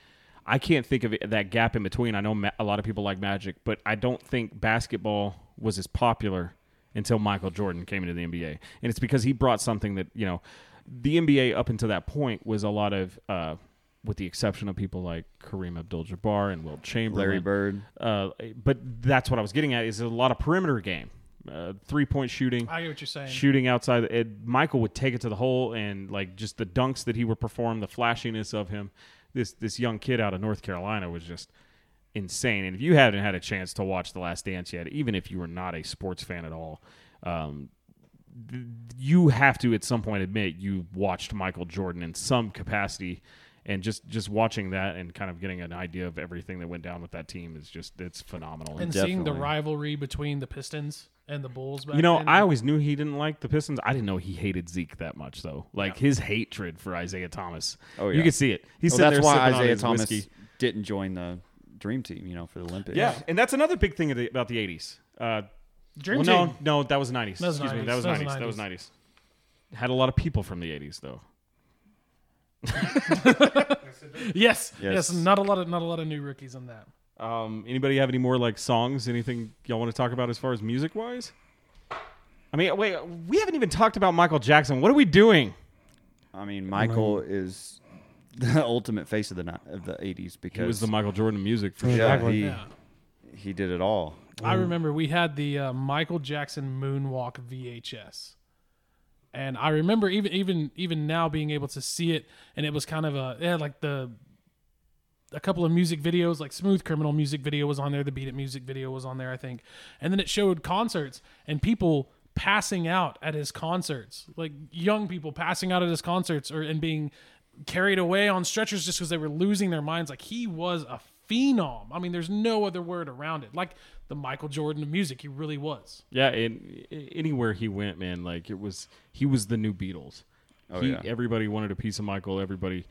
D: I can't think of it, that gap in between. I know ma- a lot of people like Magic, but I don't think basketball was as popular until Michael Jordan came into the NBA. And it's because he brought something that, you know, the NBA up until that point was a lot of, uh, with the exception of people like Kareem Abdul-Jabbar and Will Chamberlain,
A: Larry Bird.
D: uh, but that's what I was getting at is a lot of perimeter game, uh, three point shooting,
C: I get what you're saying.
D: shooting outside. It, Michael would take it to the hole and like just the dunks that he would perform, the flashiness of him. This this young kid out of North Carolina was just insane. And if you haven't had a chance to watch The Last Dance yet, even if you were not a sports fan at all, um, th- you have to at some point admit you watched Michael Jordan in some capacity. And just, just watching that and kind of getting an idea of everything that went down with that team is just it's phenomenal.
C: and seeing the
A: Definitely.
C: rivalry between the Pistons and the Bulls. Back
D: You know,
C: then.
D: I always knew he didn't like the Pistons. I didn't know he hated Zeke that much, though. Like his hatred for Isaiah Thomas.
A: Oh,
D: you
A: yeah.
D: could see it. He's
A: Well,
D: sitting
A: that's
D: there
A: why
D: sipping on
A: Isaiah
D: his
A: Thomas
D: whiskey.
A: didn't join the dream team, you know, for the Olympics.
D: Yeah, and that's another big thing of the- about the '80s. Uh,
C: Dream
D: well,
C: Team.
D: No, no, that was '90s.
C: That was
D: Excuse me,
C: 90s.
D: that was
C: That was
D: '90s. That was '90s. Had a lot of people from the '80s, though.
C: Yes, yes,
A: Yes.
C: Not a lot of not a lot of new rookies in that.
D: Um, anybody have any more like songs? Anything y'all want to talk about as far as music wise? I mean, wait, we haven't even talked about Michael Jackson. What are we doing?
A: I mean, Michael is [laughs] the ultimate face of the ni- of the 80s because
D: It was the Michael Jordan of music for sure.
A: yeah, he,
C: Yeah.
A: he did it all.
C: I remember we had the uh, Michael Jackson Moonwalk VHS, and I remember even even even now being able to see it, and it was kind of a yeah like the a couple of music videos like Smooth Criminal music video was on there, the Beat It music video was on there, I think, and then it showed concerts and people passing out at his concerts, like young people passing out at his concerts or and being carried away on stretchers just because they were losing their minds. Like he was a phenom. I mean, there's no other word around it. Like the Michael Jordan of music, he really was.
D: Yeah, and a- anywhere he went, man, like it was he was the new Beatles.
A: Oh,
D: he,
A: yeah.
D: Everybody wanted a piece of Michael. Everybody.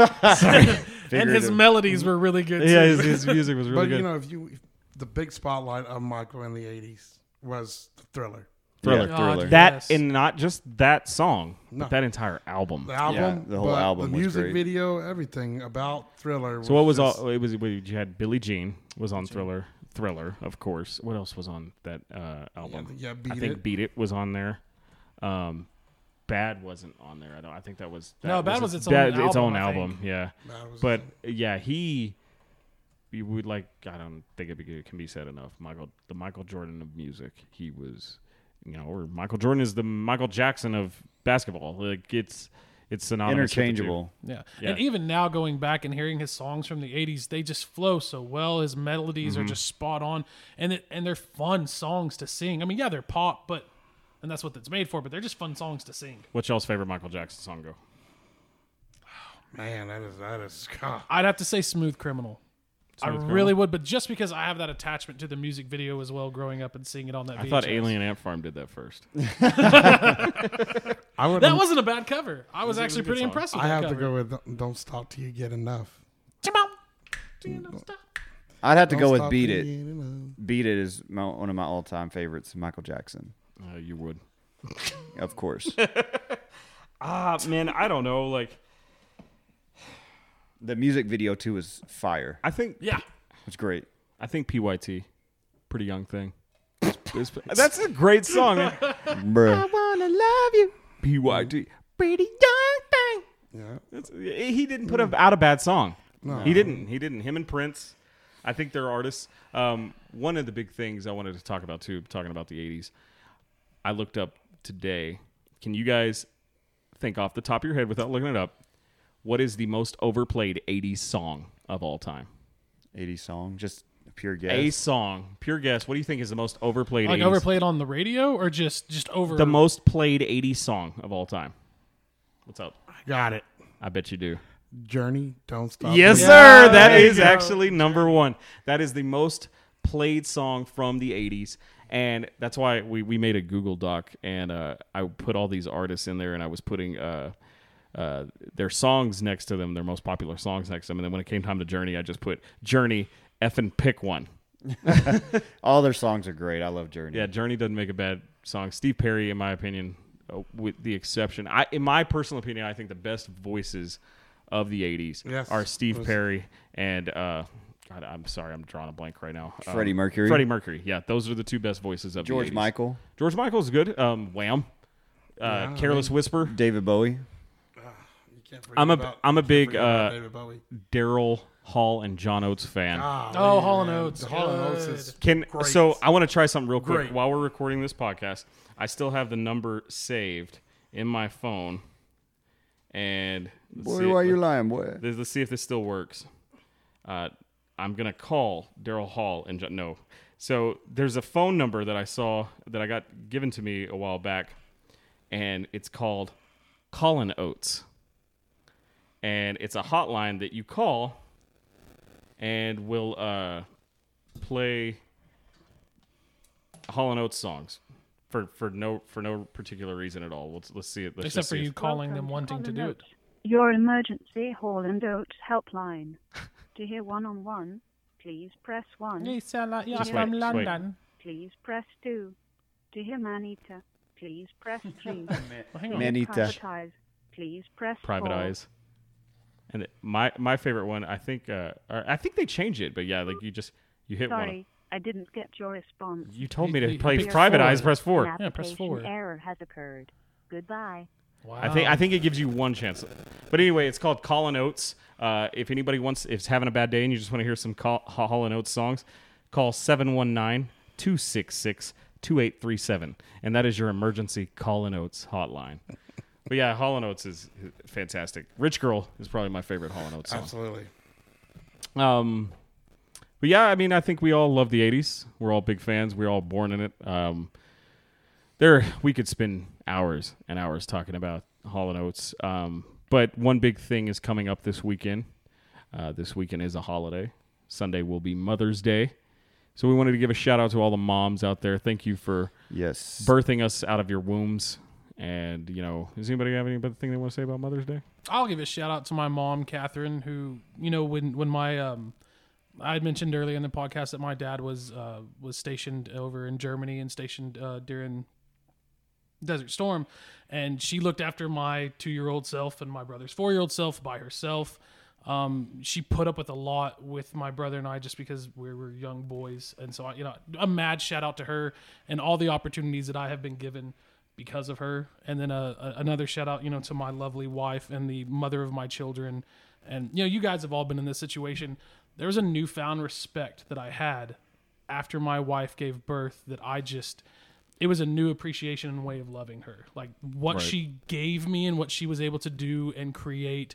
C: and his
A: Figurative-
C: melodies were really good.
D: [laughs] Yeah,
C: too.
D: his, [laughs] his music was really
B: But
D: good.
B: you know, if you if the big spotlight of Michael in the '80s was Thriller.
D: Thriller,
A: Yeah.
C: God,
A: Thriller.
D: that
C: yes.
D: and not just that song,
B: No.
D: but that entire album.
B: The album,
A: the whole
B: but
A: album
B: the
A: was
B: music
A: great.
B: video, everything about Thriller.
D: so what was
B: just-
D: all? It was you had Billie Jean was on Thriller. Thriller, of course. What else was on that uh,
B: Yeah,
D: album?
B: yeah, beat
D: I think
B: it.
D: Beat It was on there. Um, Bad wasn't on there. I don't. I think that was that
C: No, Bad was its own
D: that-
C: album, I
D: album. Yeah.
B: That was-
D: But yeah, he you would like I don't think it, be, it can be said enough. Michael the Michael Jordan of music. He was you know, or Michael Jordan is the Michael Jackson of basketball. Like it's it's synonymous. with the two.
A: interchangeable.
C: Yeah.
D: Yeah.
C: And even now going back and hearing his songs from the 80s, they just flow so well. His melodies
D: Mm-hmm.
C: are just spot on and it, and they're fun songs to sing. I mean, yeah, they're pop, but and that's what it's made for, but they're just fun songs to sing.
D: What's y'all's favorite Michael Jackson song go?
B: Man, that is that is [laughs] God.
C: I'd have to say Smooth Criminal. I
D: Smooth
C: really would, but just because I have that attachment to the music video as well growing up and seeing it on that
D: I thought
C: VHS.
D: Alien Ant Farm did that first.
B: I would.
C: That wasn't a bad cover. I was
D: a really
C: actually
D: good
C: pretty
D: song.
C: impressed with
B: I
C: that
B: have to
C: cover.
B: go with "Don't- "Don't Stop Till You Get Enough."
C: Come on. Do you know stop?
A: I'd have to
B: Don't
A: go with
B: stop
A: "Beat
B: till
A: It."
B: you get enough.
A: "Beat It" is my, one of my all-time favorites. Michael Jackson,
D: Uh, you would.
A: of [laughs] course.
C: Uh,
D: Ah, man, I don't know. Like,
A: the music video too is fire.
D: I think
C: Yeah.
A: It's great.
D: I think PYT, pretty young thing. [laughs] That's a great song. [laughs] man.
A: Bruh.
D: wanna love you. PYT, pretty young thing.
B: Yeah.
D: That's- he didn't put a, out a bad song. He didn't. He didn't. Him and Prince, I think they're artists. Um, one of the big things I wanted to talk about too, talking about the '80s, I looked up today. Can you guys think off the top of your head without looking it up? What is the most overplayed '80s song of all time?
A: 80 song, just pure guess.
D: A song, pure guess. What do you think is the most overplayed?
C: Like
D: 80s,
C: overplayed on the radio or just just over
D: The most played '80s song of all time. What's up?
B: I got it.
D: I bet you do.
B: Journey. Don't stop.
D: Yes,
B: Till You-
C: Yeah,
D: sir. That
C: there you
D: is
C: go.
D: actually number one. That is the most played song from the 80s. And that's why we, we made a Google Doc and uh, I put all these artists in there and I was putting uh, uh, their songs next to them, their most popular songs next to them. And then when it came time to Journey, I just put Journey, effing pick one.
A: All their songs are great. I love Journey.
D: Yeah, Journey doesn't make a bad song. Steve Perry, in my opinion, uh, with the exception, I in my personal opinion, I think the best voices of the '80s
B: Yes.
D: are Steve
B: Those-
D: Perry and uh, God, I'm sorry, I'm drawing a blank right now. Um,
A: Uh, Freddie Mercury.
D: Freddie Mercury. Yeah, those are the two best voices of
A: George
D: the 80s.
A: Michael,
D: George Michael's good. Um, Wham. Uh, Careless Whisper.
A: David Bowie.
B: You can't forget
D: I'm a
B: about-
D: am a
B: can't
D: big
B: forget about
D: uh,
B: David Bowie.
D: Daryl Hall and John Oates fan.
B: Ah,
C: Oh,
B: man.
C: Hall and Oates.
B: Hall and Oates is
D: Can
B: Great.
D: so I want to try something real quick
B: Great.
D: while we're recording this podcast. I still have the number saved in my phone, and let's see,
A: Boy, why you lying, boy?
D: let's, let's see if this still works. Uh, I'm gonna call Daryl Hall and ju- no. So there's a phone number that I saw that I got given to me a while back, and it's called Colin Oates, and it's a hotline that you call, and will uh, play Hall and Oates songs for, for no for no particular reason at all. Let's let's see it. Let's
C: except
D: just
C: for
D: see
C: you
D: if-
C: calling
E: Welcome
C: them wanting to
E: Holland
C: do it.
E: Oates. Your emergency Hall and Oates helpline. [laughs] to hear one on one, please press 1.
C: You sound like you're
D: Just
C: from
D: wait, just wait.
C: London.
E: Please press 2. To hear Manita, please
C: [laughs]
E: press 3.
C: Well, hang on.
A: Man- Manita.
E: Privatize, please press
D: Private
E: four.
D: Eyes. And it- my my favorite one, I think, uh, or I think they changed it, but yeah, like you just you hit one. of-
E: Sorry, I didn't get your response.
D: You told
C: You-
D: me to
C: you
D: play
C: picked
D: Private
C: four.
D: Eyes, press four.
E: An
C: Yeah, press
E: application
C: forward.
E: Error has occurred. Goodbye.
C: Wow.
D: I think I think it gives you one chance. But anyway, it's called Colin Oates. Uh, if anybody wants, if it's having a bad day and you just want to hear some Col- Colin Oates songs, call 719-266-2837. and that is your emergency Colin Oates hotline. but yeah, Colin Oates is fantastic. Rich Girl is probably my favorite Colin Oates song.
B: absolutely.
D: Um, but yeah, I mean, I think we all love the '80s. We're all big fans. We're all born in it. Um, there, we could spend hours and hours talking about Hall and Oates. Um, but one big thing is coming up this weekend. Uh, this weekend is a holiday. Sunday will be Mother's Day, so we wanted to give a shout out to all the moms out there. Thank you for
A: Yes.
D: birthing us out of your wombs. And you know, does anybody have any other thing they want to say about Mother's Day?
C: I'll give a shout out to my mom, Catherine, who you know when when my um, I had mentioned earlier in the podcast that my dad was uh, was stationed over in Germany and stationed uh, during Desert Storm, and she looked after my two year old self and my brother's four year old self by herself. Um, she put up with a lot with my brother and I just because we were young boys, and so I, you know, a mad shout out to her and all the opportunities that I have been given because of her. And then uh, a, another shout out, you know, to my lovely wife and the mother of my children. And you know, you guys have all been in this situation. There was a newfound respect that I had after my wife gave birth that I just it was a new appreciation and way of loving her. Like what
D: Right.
C: she gave me and what she was able to do and create,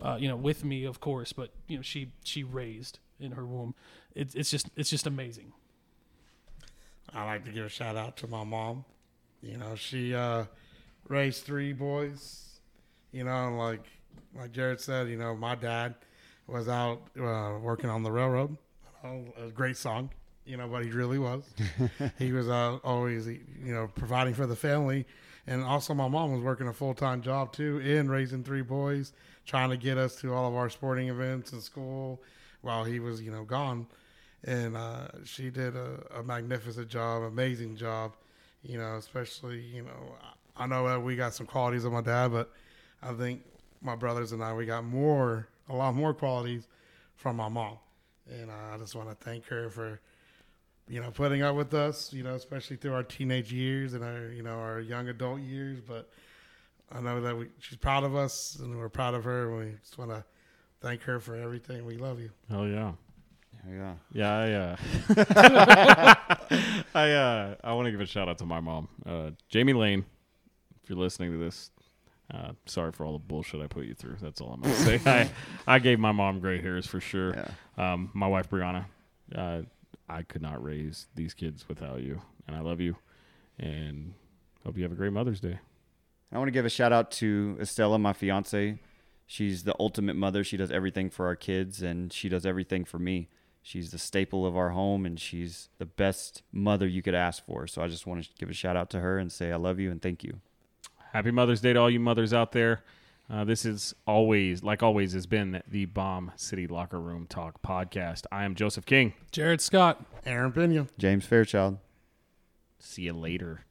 C: uh, you know, with me, of course, but you know, she she raised in her womb. It's it's just it's just amazing.
B: I like to give a shout out to my mom. You know, she uh, raised three boys. You know, and like like Jared said, you know, my dad was out uh, working on the railroad. Oh, a great song. You know, but he really was. he was uh, always, you know, providing for the family, and also my mom was working a full time job too, and raising three boys, trying to get us to all of our sporting events and school, while he was, you know, gone and uh, she did a, a magnificent job, amazing job. You know, especially you know, I I know that we got some qualities of my dad, but I think my brothers and I we got more, a lot more qualities from my mom, and uh, I just want to thank her for you know putting up with us. You know, especially through our teenage years and our you know our young adult years, but. I know that we, she's proud of us, and we're proud of her. And we just want to thank her for everything. We love you.
D: Hell yeah.
A: Yeah.
D: Yeah, I, uh, [laughs] I, uh, I want to give a shout out to my mom, uh, Jamie Lane. If you're listening to this, uh, sorry for all the bullshit I put you through. That's all I'm gonna say. I, I gave my mom gray hairs for sure.
A: Yeah.
D: Um, my wife Brianna, uh, I could not raise these kids without you, and I love you, and hope you have a great Mother's Day.
A: I want to give a shout out to Estella, my fiance. She's the ultimate mother. She does everything for our kids and she does everything for me. She's the staple of our home and she's the best mother you could ask for. So I just want to give a shout out to her and say I love you and thank you.
D: Happy Mother's Day to all you mothers out there. Uh, this is always, like always, has been the Bomb City Locker Room Talk podcast. I am Joseph King.
C: Jared Scott.
B: Aaron Pinion.
A: James Fairchild.
D: See you later.